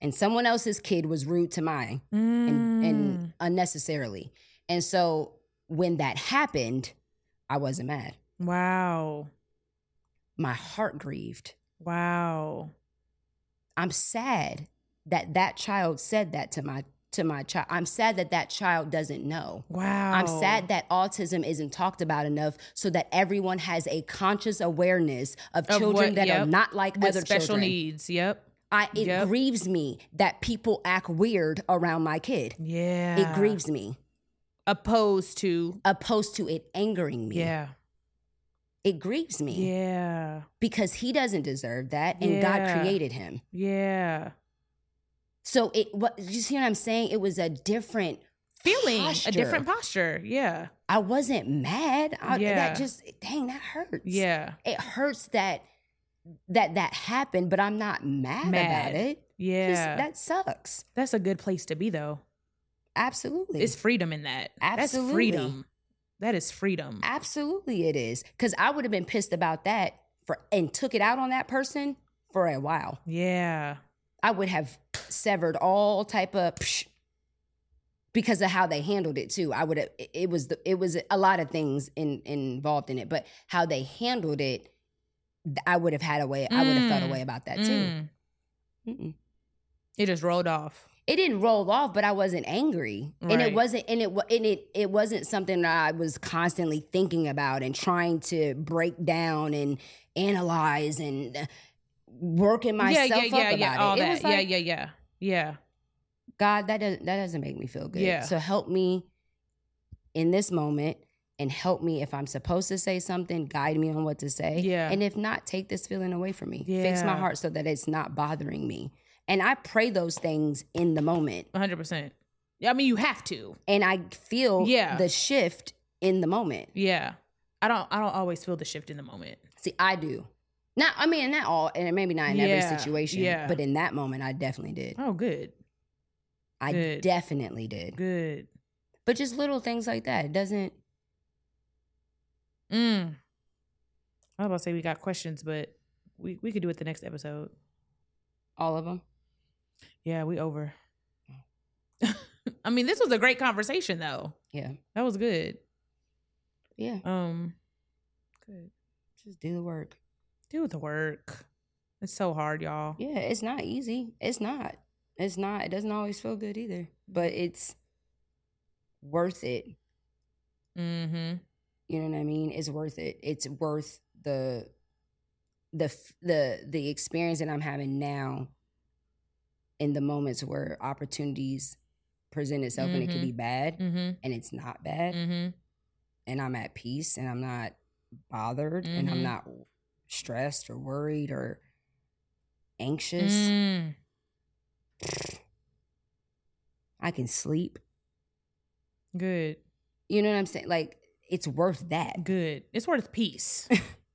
[SPEAKER 3] And someone else's kid was rude to mine
[SPEAKER 1] Mm-hmm.
[SPEAKER 3] and,
[SPEAKER 1] Mm.
[SPEAKER 3] and unnecessarily. And so when that happened, I wasn't mad.
[SPEAKER 1] Mm-hmm. Wow.
[SPEAKER 3] My heart grieved.
[SPEAKER 1] Wow.
[SPEAKER 3] I'm sad that that child said that to my to my child. I'm sad that that child doesn't know.
[SPEAKER 1] Wow.
[SPEAKER 3] I'm
[SPEAKER 1] Oh.
[SPEAKER 3] sad that autism isn't talked about enough so that everyone has a conscious awareness of,
[SPEAKER 1] Of
[SPEAKER 3] children
[SPEAKER 1] what-
[SPEAKER 3] that are
[SPEAKER 1] yep.
[SPEAKER 3] not like
[SPEAKER 1] With
[SPEAKER 3] other
[SPEAKER 1] special
[SPEAKER 3] children.
[SPEAKER 1] needs. Yep.
[SPEAKER 3] I, it
[SPEAKER 1] Yep.
[SPEAKER 3] grieves me that people act weird around my kid.
[SPEAKER 1] Yeah.
[SPEAKER 3] It grieves me,
[SPEAKER 1] Opposed to.
[SPEAKER 3] opposed to it angering me.
[SPEAKER 1] Yeah.
[SPEAKER 3] It grieves me
[SPEAKER 1] Yeah.
[SPEAKER 3] because he doesn't deserve that and
[SPEAKER 1] Yeah.
[SPEAKER 3] God created him.
[SPEAKER 1] Yeah.
[SPEAKER 3] So it what you see what I'm saying? It was a different
[SPEAKER 1] Feeling
[SPEAKER 3] Posture.
[SPEAKER 1] a different posture. Yeah.
[SPEAKER 3] I wasn't mad. I,
[SPEAKER 1] Yeah.
[SPEAKER 3] That just dang, that hurts.
[SPEAKER 1] Yeah.
[SPEAKER 3] it hurts that that that happened, but I'm not mad,
[SPEAKER 1] Mad.
[SPEAKER 3] about it.
[SPEAKER 1] Yeah.
[SPEAKER 3] Just- that sucks.
[SPEAKER 1] That's a good place to be though.
[SPEAKER 3] Absolutely,
[SPEAKER 1] It's freedom in that. That's
[SPEAKER 3] Absolutely.
[SPEAKER 1] freedom. That is freedom.
[SPEAKER 3] absolutely it is. Because I would have been pissed about that for and took it out on that person for a while.
[SPEAKER 1] yeah.
[SPEAKER 3] I would have severed all type of psh, because of how they handled it too. I would have it- it was the, it was a lot of things in, involved in it, but how they handled it, th- I would have had a way. I would have felt a
[SPEAKER 1] Mm.
[SPEAKER 3] way about that too.
[SPEAKER 1] Mm.
[SPEAKER 3] Mm-mm.
[SPEAKER 1] It just rolled off.
[SPEAKER 3] It didn't roll off, but I wasn't angry, and
[SPEAKER 1] Right.
[SPEAKER 3] it wasn't and it wa- and it it wasn't something that I was constantly thinking about and trying to break down and analyze and uh, working myself
[SPEAKER 1] yeah, yeah, yeah,
[SPEAKER 3] up about
[SPEAKER 1] yeah.
[SPEAKER 3] it.
[SPEAKER 1] All
[SPEAKER 3] It
[SPEAKER 1] that.
[SPEAKER 3] was like,
[SPEAKER 1] yeah, yeah, yeah. Yeah.
[SPEAKER 3] God, that doesn't that doesn't make me feel good.
[SPEAKER 1] Yeah.
[SPEAKER 3] So help me in this moment and help me if I'm supposed to say something, guide me on what to say.
[SPEAKER 1] Yeah.
[SPEAKER 3] And if not, take this feeling away from me. Fix my
[SPEAKER 1] Yeah.
[SPEAKER 3] heart so that it's not bothering me. And I pray those things in the moment.
[SPEAKER 1] One hundred percent. I mean, you have to.
[SPEAKER 3] And I feel
[SPEAKER 1] Yeah.
[SPEAKER 3] the shift in the moment.
[SPEAKER 1] Yeah. I don't. I don't always feel the shift in the moment.
[SPEAKER 3] See, I do. Not I mean not all and maybe not in
[SPEAKER 1] Yeah,
[SPEAKER 3] every situation.
[SPEAKER 1] yeah.
[SPEAKER 3] But in that moment I definitely did.
[SPEAKER 1] Oh, good.
[SPEAKER 3] I
[SPEAKER 1] good.
[SPEAKER 3] definitely did.
[SPEAKER 1] Good.
[SPEAKER 3] But just little things like that. It doesn't
[SPEAKER 1] Mm. I was about to say we got questions, but we we could do it the next episode.
[SPEAKER 3] all of them.
[SPEAKER 1] Yeah, we over. I mean, this was a great conversation though.
[SPEAKER 3] Yeah.
[SPEAKER 1] That was good.
[SPEAKER 3] Yeah.
[SPEAKER 1] Um, good.
[SPEAKER 3] Just do the work.
[SPEAKER 1] Do the work. It's so hard, y'all.
[SPEAKER 3] Yeah, it's not easy. It's not. It's not. It doesn't always feel good either, but it's worth it.
[SPEAKER 1] Mm-hmm.
[SPEAKER 3] You know what I mean? It's worth it. It's worth the the f- the the experience that I'm having now in the moments where opportunities present itself and it could
[SPEAKER 1] Mhm.
[SPEAKER 3] be bad
[SPEAKER 1] Mm-hmm.
[SPEAKER 3] and it's not bad
[SPEAKER 1] Mm-hmm.
[SPEAKER 3] and I'm at peace and I'm not bothered and
[SPEAKER 1] Mhm.
[SPEAKER 3] I'm not stressed or worried or anxious.
[SPEAKER 1] Mm.
[SPEAKER 3] I can sleep.
[SPEAKER 1] Good.
[SPEAKER 3] You know what I'm saying? Like it's worth that.
[SPEAKER 1] Good. It's worth peace.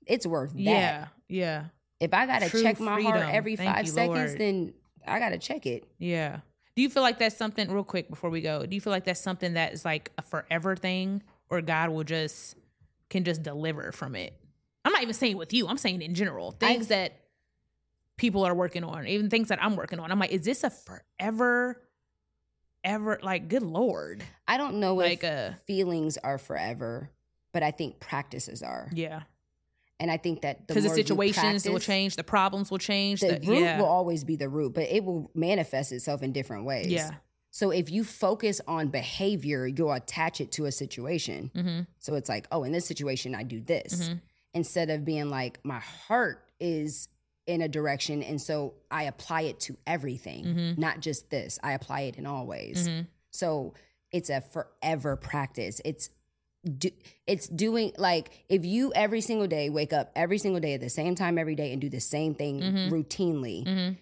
[SPEAKER 3] It's worth that.
[SPEAKER 1] yeah. Yeah.
[SPEAKER 3] If I gotta
[SPEAKER 1] True
[SPEAKER 3] check my heart
[SPEAKER 1] freedom.
[SPEAKER 3] every
[SPEAKER 1] Thank
[SPEAKER 3] five
[SPEAKER 1] you,
[SPEAKER 3] seconds,
[SPEAKER 1] Lord.
[SPEAKER 3] then I gotta check it.
[SPEAKER 1] Yeah. Do you feel like that's something real quick before we go? Do you feel like that's something that is like a forever thing or God will just can just deliver from it? I'm not even saying with you. I'm saying in general. Things that people are working on, even things that I'm working on. I'm like, is this a forever ever like good lord?
[SPEAKER 3] I don't know
[SPEAKER 1] Like uh,
[SPEAKER 3] if
[SPEAKER 1] a
[SPEAKER 3] feelings are forever, but I think practices are.
[SPEAKER 1] yeah.
[SPEAKER 3] And I think that the
[SPEAKER 1] Because the,
[SPEAKER 3] more you
[SPEAKER 1] situations will
[SPEAKER 3] practice,
[SPEAKER 1] change, the problems will change.
[SPEAKER 3] The
[SPEAKER 1] The,
[SPEAKER 3] root
[SPEAKER 1] yeah.
[SPEAKER 3] will always be the root, but it will manifest itself in different ways.
[SPEAKER 1] yeah.
[SPEAKER 3] So if you focus on behavior, you'll attach it to a situation.
[SPEAKER 1] Mm-hmm.
[SPEAKER 3] So it's like, oh, in this situation, I do this.
[SPEAKER 1] Mhm.
[SPEAKER 3] Instead of being like, my heart is in a direction. And so I apply it to everything,
[SPEAKER 1] Mhm.
[SPEAKER 3] not just this. I apply it in all ways.
[SPEAKER 1] Mhm.
[SPEAKER 3] So it's a forever practice. It's do, it's doing like if you every single day wake up every single day at the same time every day and do the same thing
[SPEAKER 1] Mhm.
[SPEAKER 3] routinely,
[SPEAKER 1] Mhm.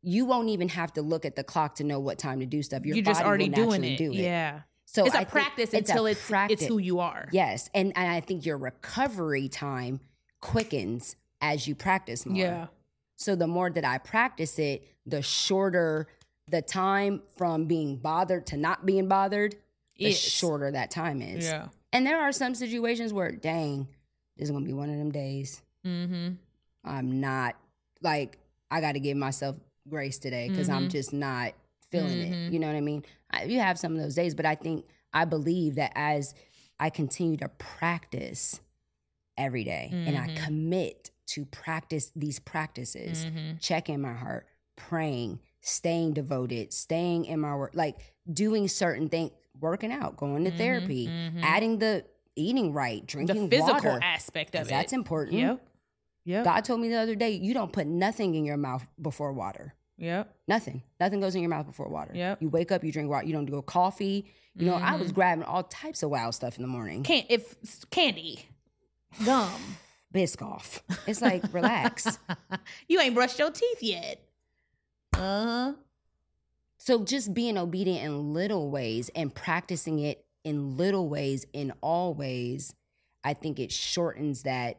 [SPEAKER 3] you won't even have to look at the clock to know what time to do stuff. Your
[SPEAKER 1] You're just
[SPEAKER 3] body
[SPEAKER 1] already
[SPEAKER 3] will naturally
[SPEAKER 1] doing it.
[SPEAKER 3] do it.
[SPEAKER 1] Yeah.
[SPEAKER 3] So
[SPEAKER 1] it's a
[SPEAKER 3] I think
[SPEAKER 1] practice
[SPEAKER 3] a
[SPEAKER 1] until it's
[SPEAKER 3] practice.
[SPEAKER 1] it's who you are.
[SPEAKER 3] Yes, and, and I think your recovery time quickens as you practice more.
[SPEAKER 1] Yeah.
[SPEAKER 3] So the more that I practice it, the shorter the time from being bothered to not being bothered, the
[SPEAKER 1] Is.
[SPEAKER 3] shorter that time is.
[SPEAKER 1] Yeah.
[SPEAKER 3] And there are some situations where, dang, this is gonna be one of them days.
[SPEAKER 1] Mm-hmm.
[SPEAKER 3] I'm not like I got to give myself grace today because I'm
[SPEAKER 1] Mhm.
[SPEAKER 3] just not feeling
[SPEAKER 1] Mhm.
[SPEAKER 3] it. You know what I mean? I, you have some of those days, but I think I believe that as I continue to practice every day and I
[SPEAKER 1] Mhm.
[SPEAKER 3] commit to practice these practices,
[SPEAKER 1] Mm-hmm.
[SPEAKER 3] checking my heart, praying, staying devoted, staying in my work, like doing certain things, working out, going to therapy, adding the eating right,
[SPEAKER 1] Mm-hmm, the
[SPEAKER 3] drinking
[SPEAKER 1] physical
[SPEAKER 3] water.
[SPEAKER 1] aspect of
[SPEAKER 3] 'cause That's
[SPEAKER 1] it.
[SPEAKER 3] important.
[SPEAKER 1] Yep. Yep.
[SPEAKER 3] God told me the other day, you don't put nothing in your mouth before water.
[SPEAKER 1] Yep.
[SPEAKER 3] Nothing. Nothing goes in your mouth before water.
[SPEAKER 1] Yep. Mm-hmm.
[SPEAKER 3] You wake up, you drink water. You don't go coffee. You know, I was grabbing all types of wild stuff in the morning.
[SPEAKER 1] Can't Mm-hmm. if candy,
[SPEAKER 6] Gum.
[SPEAKER 3] Biscoff. It's like, relax.
[SPEAKER 6] you ain't brushed your teeth yet.
[SPEAKER 1] Uh-huh.
[SPEAKER 6] Uh huh.
[SPEAKER 3] So just being obedient in little ways and practicing it in little ways, in all ways, I think it shortens that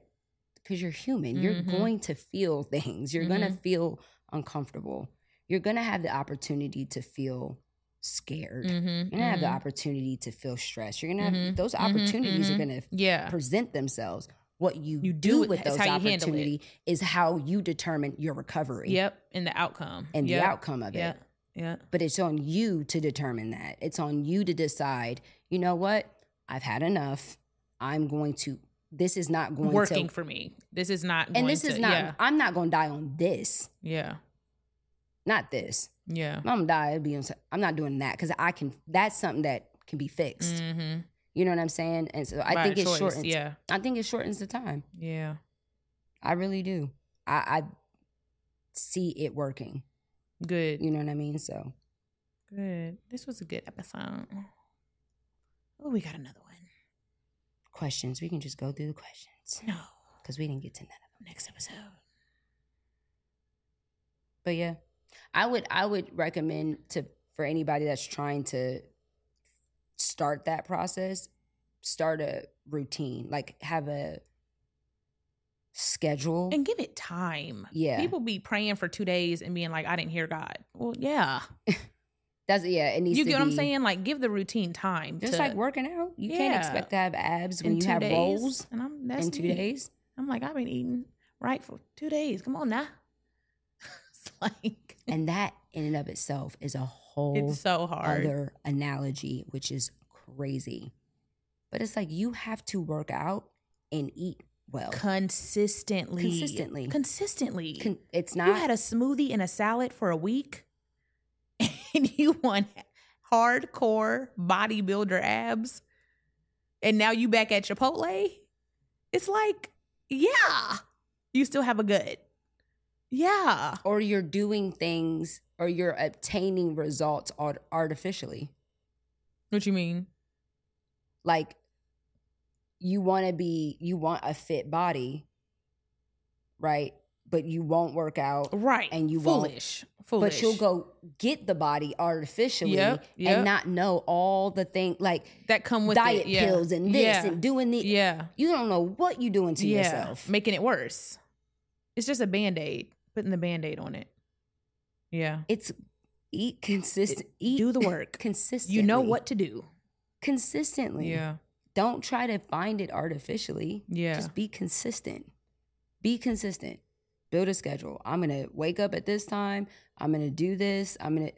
[SPEAKER 3] because you're human. You're
[SPEAKER 1] Mhm.
[SPEAKER 3] going to feel things. You're going
[SPEAKER 1] Mm-hmm.
[SPEAKER 3] to feel uncomfortable. You're going to have the opportunity to feel scared.
[SPEAKER 1] mm-hmm,
[SPEAKER 3] You're going to have the opportunity to feel stressed. You're going to have
[SPEAKER 1] Mhm.
[SPEAKER 3] those
[SPEAKER 1] Mhm.
[SPEAKER 3] opportunities
[SPEAKER 1] Mhm.
[SPEAKER 3] are going to
[SPEAKER 1] yeah.
[SPEAKER 3] present themselves. What you,
[SPEAKER 1] You
[SPEAKER 3] do
[SPEAKER 1] do it.
[SPEAKER 3] with
[SPEAKER 1] That's
[SPEAKER 3] those
[SPEAKER 1] how you handle it.
[SPEAKER 3] opportunity is how you determine your recovery
[SPEAKER 1] Yep. And the outcome.
[SPEAKER 3] and
[SPEAKER 1] Yep.
[SPEAKER 3] the outcome of
[SPEAKER 1] Yeah.
[SPEAKER 3] it
[SPEAKER 1] Yeah.
[SPEAKER 3] but it's on you to determine that. It's on you to decide, you know what? I've had enough. I'm going to, this is not going
[SPEAKER 1] Working
[SPEAKER 3] to,
[SPEAKER 1] for me. This is not.
[SPEAKER 3] and
[SPEAKER 1] going
[SPEAKER 3] this
[SPEAKER 1] to,
[SPEAKER 3] is not,
[SPEAKER 1] Yeah.
[SPEAKER 3] I'm not going to die on this,
[SPEAKER 1] Yeah.
[SPEAKER 3] not this.
[SPEAKER 1] Yeah.
[SPEAKER 3] If I'm going to die, it'd be on, so- I'm not doing that because I can, that's something that can be fixed.
[SPEAKER 1] Mm-hmm.
[SPEAKER 3] You know what I'm saying? And so I
[SPEAKER 1] By
[SPEAKER 3] think it
[SPEAKER 1] choice,
[SPEAKER 3] shortens,
[SPEAKER 1] Yeah.
[SPEAKER 3] I think it shortens the time.
[SPEAKER 1] Yeah.
[SPEAKER 3] I really do. I, I see it working.
[SPEAKER 1] Good.
[SPEAKER 3] You know what I mean? So
[SPEAKER 1] Good. This was a good episode. Oh, we got another one.
[SPEAKER 3] questions, we can just go through the questions
[SPEAKER 1] No.
[SPEAKER 3] because we didn't get to none.
[SPEAKER 1] Next episode.
[SPEAKER 3] But yeah, I would I would recommend to for anybody that's trying to start that process, start a routine, like have a schedule.
[SPEAKER 1] And give it time.
[SPEAKER 3] Yeah.
[SPEAKER 1] People be praying for two days and being like, I didn't hear God. Well, yeah.
[SPEAKER 3] That's yeah, it needs
[SPEAKER 1] You
[SPEAKER 3] to
[SPEAKER 1] get what I'm
[SPEAKER 3] be-
[SPEAKER 1] saying? Like, give the routine time.
[SPEAKER 3] Just
[SPEAKER 1] to-
[SPEAKER 3] like working out, you can't
[SPEAKER 1] Yeah.
[SPEAKER 3] expect to have abs
[SPEAKER 1] in
[SPEAKER 3] when you
[SPEAKER 1] two
[SPEAKER 3] have
[SPEAKER 1] days.
[SPEAKER 3] rolls
[SPEAKER 1] And I'm, that's
[SPEAKER 3] in two
[SPEAKER 1] me.
[SPEAKER 3] days.
[SPEAKER 1] I'm like, I've been eating right for two days. Come on now. it's like,
[SPEAKER 3] And that in and of itself is a whole
[SPEAKER 1] it's so hard.
[SPEAKER 3] other analogy, which is crazy. But it's like you have to work out and eat well.
[SPEAKER 1] Consistently.
[SPEAKER 3] Consistently.
[SPEAKER 1] Consistently.
[SPEAKER 3] Con- it's not
[SPEAKER 1] you had a smoothie and a salad for a week and you want hardcore bodybuilder abs and now you back at chipotle it's like yeah you still have a good yeah
[SPEAKER 3] or you're doing things or you're obtaining results art- artificially.
[SPEAKER 1] what you mean
[SPEAKER 3] Like you want to be, you want a fit body, right? But you won't work out,
[SPEAKER 1] right
[SPEAKER 3] And you won't.
[SPEAKER 1] foolish foolish
[SPEAKER 3] but you'll go get the body artificially
[SPEAKER 1] Yep, yep.
[SPEAKER 3] and not know all the thing like
[SPEAKER 1] that come with it,
[SPEAKER 3] diet
[SPEAKER 1] yeah.
[SPEAKER 3] pills and this
[SPEAKER 1] yeah.
[SPEAKER 3] and doing the.
[SPEAKER 1] yeah
[SPEAKER 3] You don't know what you're doing to
[SPEAKER 1] yeah
[SPEAKER 3] yourself.
[SPEAKER 1] making it worse it's just a band-aid putting the band-aid on it yeah
[SPEAKER 3] It's eat consistent. Eat
[SPEAKER 1] do the work
[SPEAKER 3] consistently.
[SPEAKER 1] you know what to do
[SPEAKER 3] Consistently.
[SPEAKER 1] yeah
[SPEAKER 3] don't try to find it artificially.
[SPEAKER 1] Yeah.
[SPEAKER 3] Just be consistent. Be consistent. Build a schedule. I'm going to wake up at this time. I'm going to do this. I'm going to.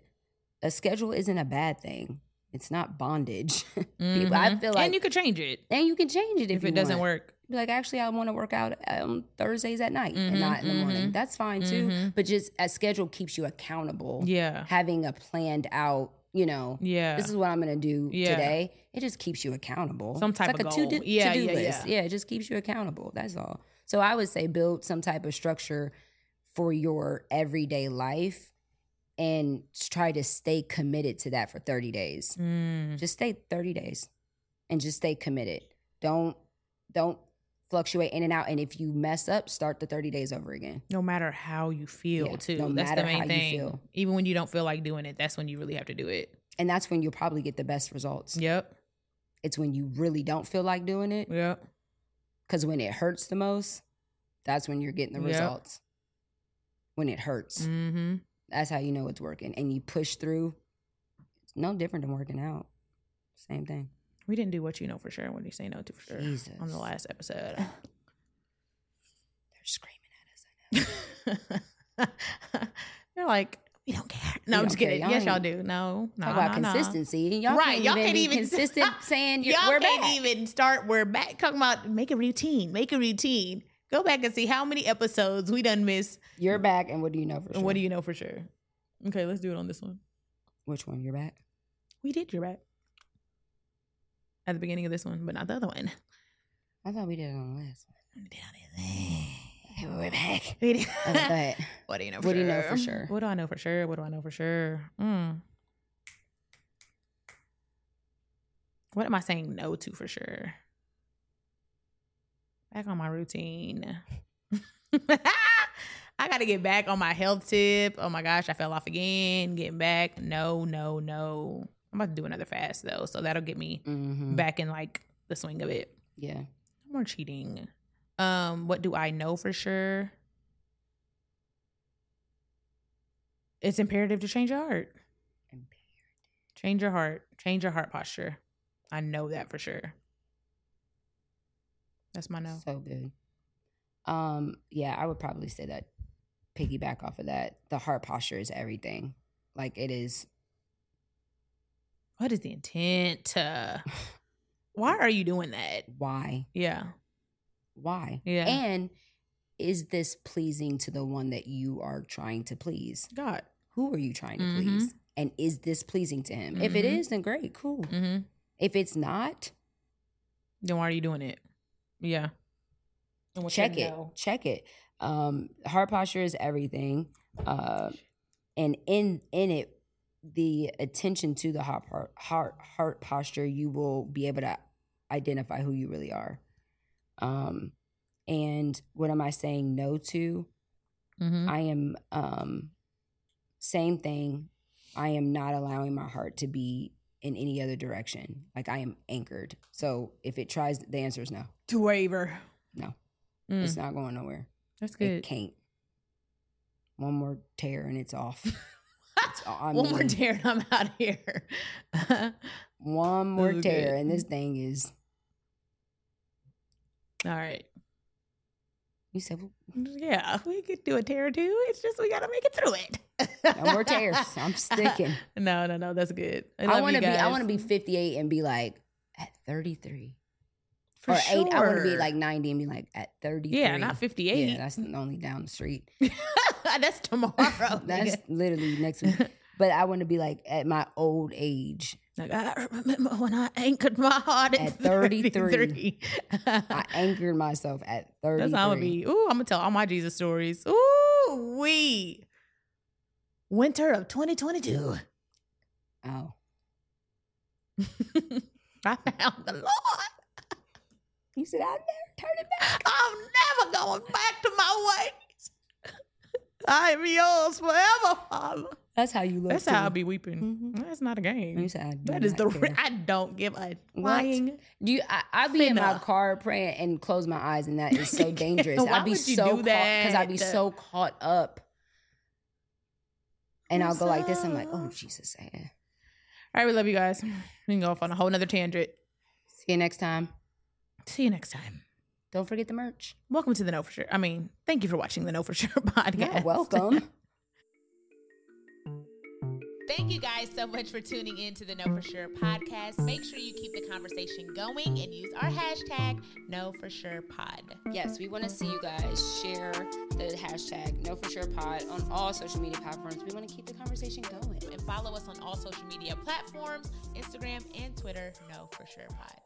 [SPEAKER 3] A schedule isn't a bad thing. It's not bondage. People, I
[SPEAKER 1] Mhm.
[SPEAKER 3] feel like.
[SPEAKER 1] and you could change it
[SPEAKER 3] and you can change it if,
[SPEAKER 1] if it doesn't
[SPEAKER 3] want.
[SPEAKER 1] work.
[SPEAKER 3] Be Like, actually, I want to work out on Thursdays at night
[SPEAKER 1] Mhm,
[SPEAKER 3] and not in the morning.
[SPEAKER 1] mhm.
[SPEAKER 3] That's fine too.
[SPEAKER 1] Mhm.
[SPEAKER 3] But just a schedule keeps you accountable.
[SPEAKER 1] Yeah.
[SPEAKER 3] Having a planned out, you know,
[SPEAKER 1] Yeah.
[SPEAKER 3] this is what I'm going to do
[SPEAKER 1] Yeah.
[SPEAKER 3] today. It just keeps you accountable.
[SPEAKER 1] Some type
[SPEAKER 3] it's like
[SPEAKER 1] of
[SPEAKER 3] a
[SPEAKER 1] goal.
[SPEAKER 3] to-do,
[SPEAKER 1] Yeah,
[SPEAKER 3] to-do
[SPEAKER 1] yeah,
[SPEAKER 3] list.
[SPEAKER 1] yeah.
[SPEAKER 3] Yeah. it just keeps you accountable. That's all. So I would say build some type of structure for your everyday life and s- try to stay committed to that for 30 days.
[SPEAKER 1] Mm.
[SPEAKER 3] Just stay 30 days and just stay committed. Don't don't fluctuate in and out and if you mess up, start the 30 days over again.
[SPEAKER 1] No matter how you feel,
[SPEAKER 3] Yeah,
[SPEAKER 1] too.
[SPEAKER 3] no
[SPEAKER 1] that's the
[SPEAKER 3] matter
[SPEAKER 1] main
[SPEAKER 3] how you
[SPEAKER 1] thing.
[SPEAKER 3] feel.
[SPEAKER 1] Even when you don't feel like doing it, that's when you really have to do it.
[SPEAKER 3] And that's when you'll probably get the best results.
[SPEAKER 1] Yep.
[SPEAKER 3] It's when you really don't feel like doing it.
[SPEAKER 1] Yep.
[SPEAKER 3] Because when it hurts the most, that's when you're getting the
[SPEAKER 1] Yep.
[SPEAKER 3] results. When it
[SPEAKER 6] Mm.
[SPEAKER 3] hurts,
[SPEAKER 1] Mm-hmm.
[SPEAKER 3] that's how you know it's working. And you push through. It's no different than working out. Same thing.
[SPEAKER 1] We didn't do what you know for sure. What do you say no to for sure on
[SPEAKER 3] Jesus.
[SPEAKER 1] the last episode?
[SPEAKER 3] They're screaming
[SPEAKER 1] They're like, we don't care. No,
[SPEAKER 3] We
[SPEAKER 1] I'm
[SPEAKER 3] don't
[SPEAKER 1] just
[SPEAKER 3] care.
[SPEAKER 1] kidding.
[SPEAKER 3] Y'all
[SPEAKER 1] yes, y'all
[SPEAKER 3] ain't-
[SPEAKER 1] do. No, no,
[SPEAKER 3] Talk about
[SPEAKER 1] no,
[SPEAKER 3] consistency. Y'all
[SPEAKER 6] Right,
[SPEAKER 3] can't
[SPEAKER 6] y'all
[SPEAKER 3] even
[SPEAKER 6] can't
[SPEAKER 3] be
[SPEAKER 6] even-
[SPEAKER 3] consistent saying you're,
[SPEAKER 6] Y'all
[SPEAKER 3] we're
[SPEAKER 6] can't
[SPEAKER 3] back.
[SPEAKER 6] even start. We're back. Talking about make a routine. Make a routine. Go back and see how many episodes we done miss.
[SPEAKER 3] You're back, and what do you know for sure?
[SPEAKER 1] What do you know for sure? Okay, let's do it on this one.
[SPEAKER 3] Which one? You're back.
[SPEAKER 1] We did your back at the beginning of this one, but not the other one.
[SPEAKER 3] I thought we did it on the last
[SPEAKER 1] We're back. We did.
[SPEAKER 3] one. I thought-
[SPEAKER 1] What do you know?
[SPEAKER 3] What do you know for sure?
[SPEAKER 1] What do I know for sure? What do I know for sure? Mm. What am I saying no to for sure? Back on my routine. I got to get back on my health tip. Oh my gosh, I fell off again. Getting back. No, no, no. I'm about to do another fast though, so that'll get me
[SPEAKER 3] Mhm.
[SPEAKER 1] back in like the swing of it.
[SPEAKER 3] Yeah.
[SPEAKER 1] No more cheating. Um, what do I know for sure? It's imperative to change your heart. Change your heart. Change your heart posture. I know that for sure. That's my no.
[SPEAKER 3] So good. Um, yeah, I would probably say that piggyback off of that. The heart posture is everything. Like it is
[SPEAKER 1] What is the intent? Uh, why are you doing that?
[SPEAKER 3] why?
[SPEAKER 1] Yeah.
[SPEAKER 3] Why?
[SPEAKER 1] Yeah.
[SPEAKER 3] And is this pleasing to the one that you are trying to please?
[SPEAKER 1] God.
[SPEAKER 3] Who are you trying to
[SPEAKER 1] Mhm.
[SPEAKER 3] please? And is this pleasing to him? If it
[SPEAKER 1] Mhm.
[SPEAKER 3] is, then great, cool.
[SPEAKER 1] Mm-hmm.
[SPEAKER 3] If it's not,
[SPEAKER 1] Then why are you doing it? Yeah. And what's your
[SPEAKER 3] check it
[SPEAKER 1] no?
[SPEAKER 3] check it um heart posture is everything uh and in in it the attention to the heart heart heart, heart posture you will be able to identify who you really are um and what am i saying no to
[SPEAKER 1] Mhm.
[SPEAKER 3] i am um same thing i am not allowing my heart to be in any other direction like i am anchored so if it tries the answer is no
[SPEAKER 1] To waver.
[SPEAKER 3] No.
[SPEAKER 1] Mm,
[SPEAKER 3] it's not going nowhere
[SPEAKER 1] that's
[SPEAKER 3] it
[SPEAKER 1] good.
[SPEAKER 3] can't. One more tear and it's off. It's- I
[SPEAKER 1] One more
[SPEAKER 3] mean,
[SPEAKER 1] dare and I'm out of here.
[SPEAKER 3] One more
[SPEAKER 1] This is
[SPEAKER 3] tear
[SPEAKER 1] good.
[SPEAKER 3] and this thing is.
[SPEAKER 1] All right.
[SPEAKER 3] You said well,
[SPEAKER 1] Yeah, we could do a tear or two. It's just we gotta make it through it.
[SPEAKER 3] No more tears. I'm sticking.
[SPEAKER 1] No, no, no. That's good. I,
[SPEAKER 3] I
[SPEAKER 1] want to
[SPEAKER 3] be. I want to be 58 and be like at 33
[SPEAKER 1] For
[SPEAKER 3] or eight. I want to be
[SPEAKER 1] sure.
[SPEAKER 3] like 90 and be like at 33.
[SPEAKER 1] yeah, not fifty-eight.
[SPEAKER 3] Yeah, that's only down the street.
[SPEAKER 1] that's, tomorrow.
[SPEAKER 3] That's
[SPEAKER 1] nigga.
[SPEAKER 3] literally next week. But I want to be like at my old age.
[SPEAKER 1] Like, I remember when I anchored my heart at,
[SPEAKER 3] At 33. I
[SPEAKER 1] that's
[SPEAKER 3] anchored myself at 33.
[SPEAKER 1] how I'm gonna be. Ooh, I'm gonna tell all my Jesus stories. Ooh, we winter of 2022.
[SPEAKER 3] Oh,
[SPEAKER 1] I found the Lord.
[SPEAKER 3] you said I'll never turn it back.
[SPEAKER 1] I'm never going back to my ways. I am yours forever, Father.
[SPEAKER 3] That's how you look.
[SPEAKER 1] That's
[SPEAKER 3] to
[SPEAKER 1] how I'll
[SPEAKER 3] me.
[SPEAKER 1] be weeping. That's not a
[SPEAKER 3] You
[SPEAKER 1] game.
[SPEAKER 3] said I do
[SPEAKER 1] That is
[SPEAKER 3] not
[SPEAKER 1] the.
[SPEAKER 3] care.
[SPEAKER 1] Re- I don't give a
[SPEAKER 3] What?
[SPEAKER 1] flying.
[SPEAKER 3] Do you, I, I be in my
[SPEAKER 1] Finna.
[SPEAKER 3] car praying and close my eyes, and that is so dangerous.
[SPEAKER 1] Why
[SPEAKER 3] I'd be
[SPEAKER 1] would you
[SPEAKER 3] so
[SPEAKER 1] do
[SPEAKER 3] caught because I'd be
[SPEAKER 1] that?
[SPEAKER 3] so caught up, and I'll go like this. I'm like, oh
[SPEAKER 1] Awesome.
[SPEAKER 3] Jesus, man.
[SPEAKER 1] All right, we love you guys. We can go off on a whole nother tangent.
[SPEAKER 3] See you next time.
[SPEAKER 1] See you next time.
[SPEAKER 3] Don't forget the merch.
[SPEAKER 1] Welcome to the No For Sure. I mean, thank you for watching the No For Sure podcast.
[SPEAKER 3] You're welcome.
[SPEAKER 10] Thank you guys so much for tuning in to the Know For Sure podcast. Make sure you keep the conversation going and use our hashtag Know For Sure Pod.
[SPEAKER 11] Yes, we want to see you guys share the hashtag No For Sure Pod on all social media platforms. We want to keep the conversation going.
[SPEAKER 10] And follow us on all social media platforms Instagram and Twitter, Know For Sure Pod.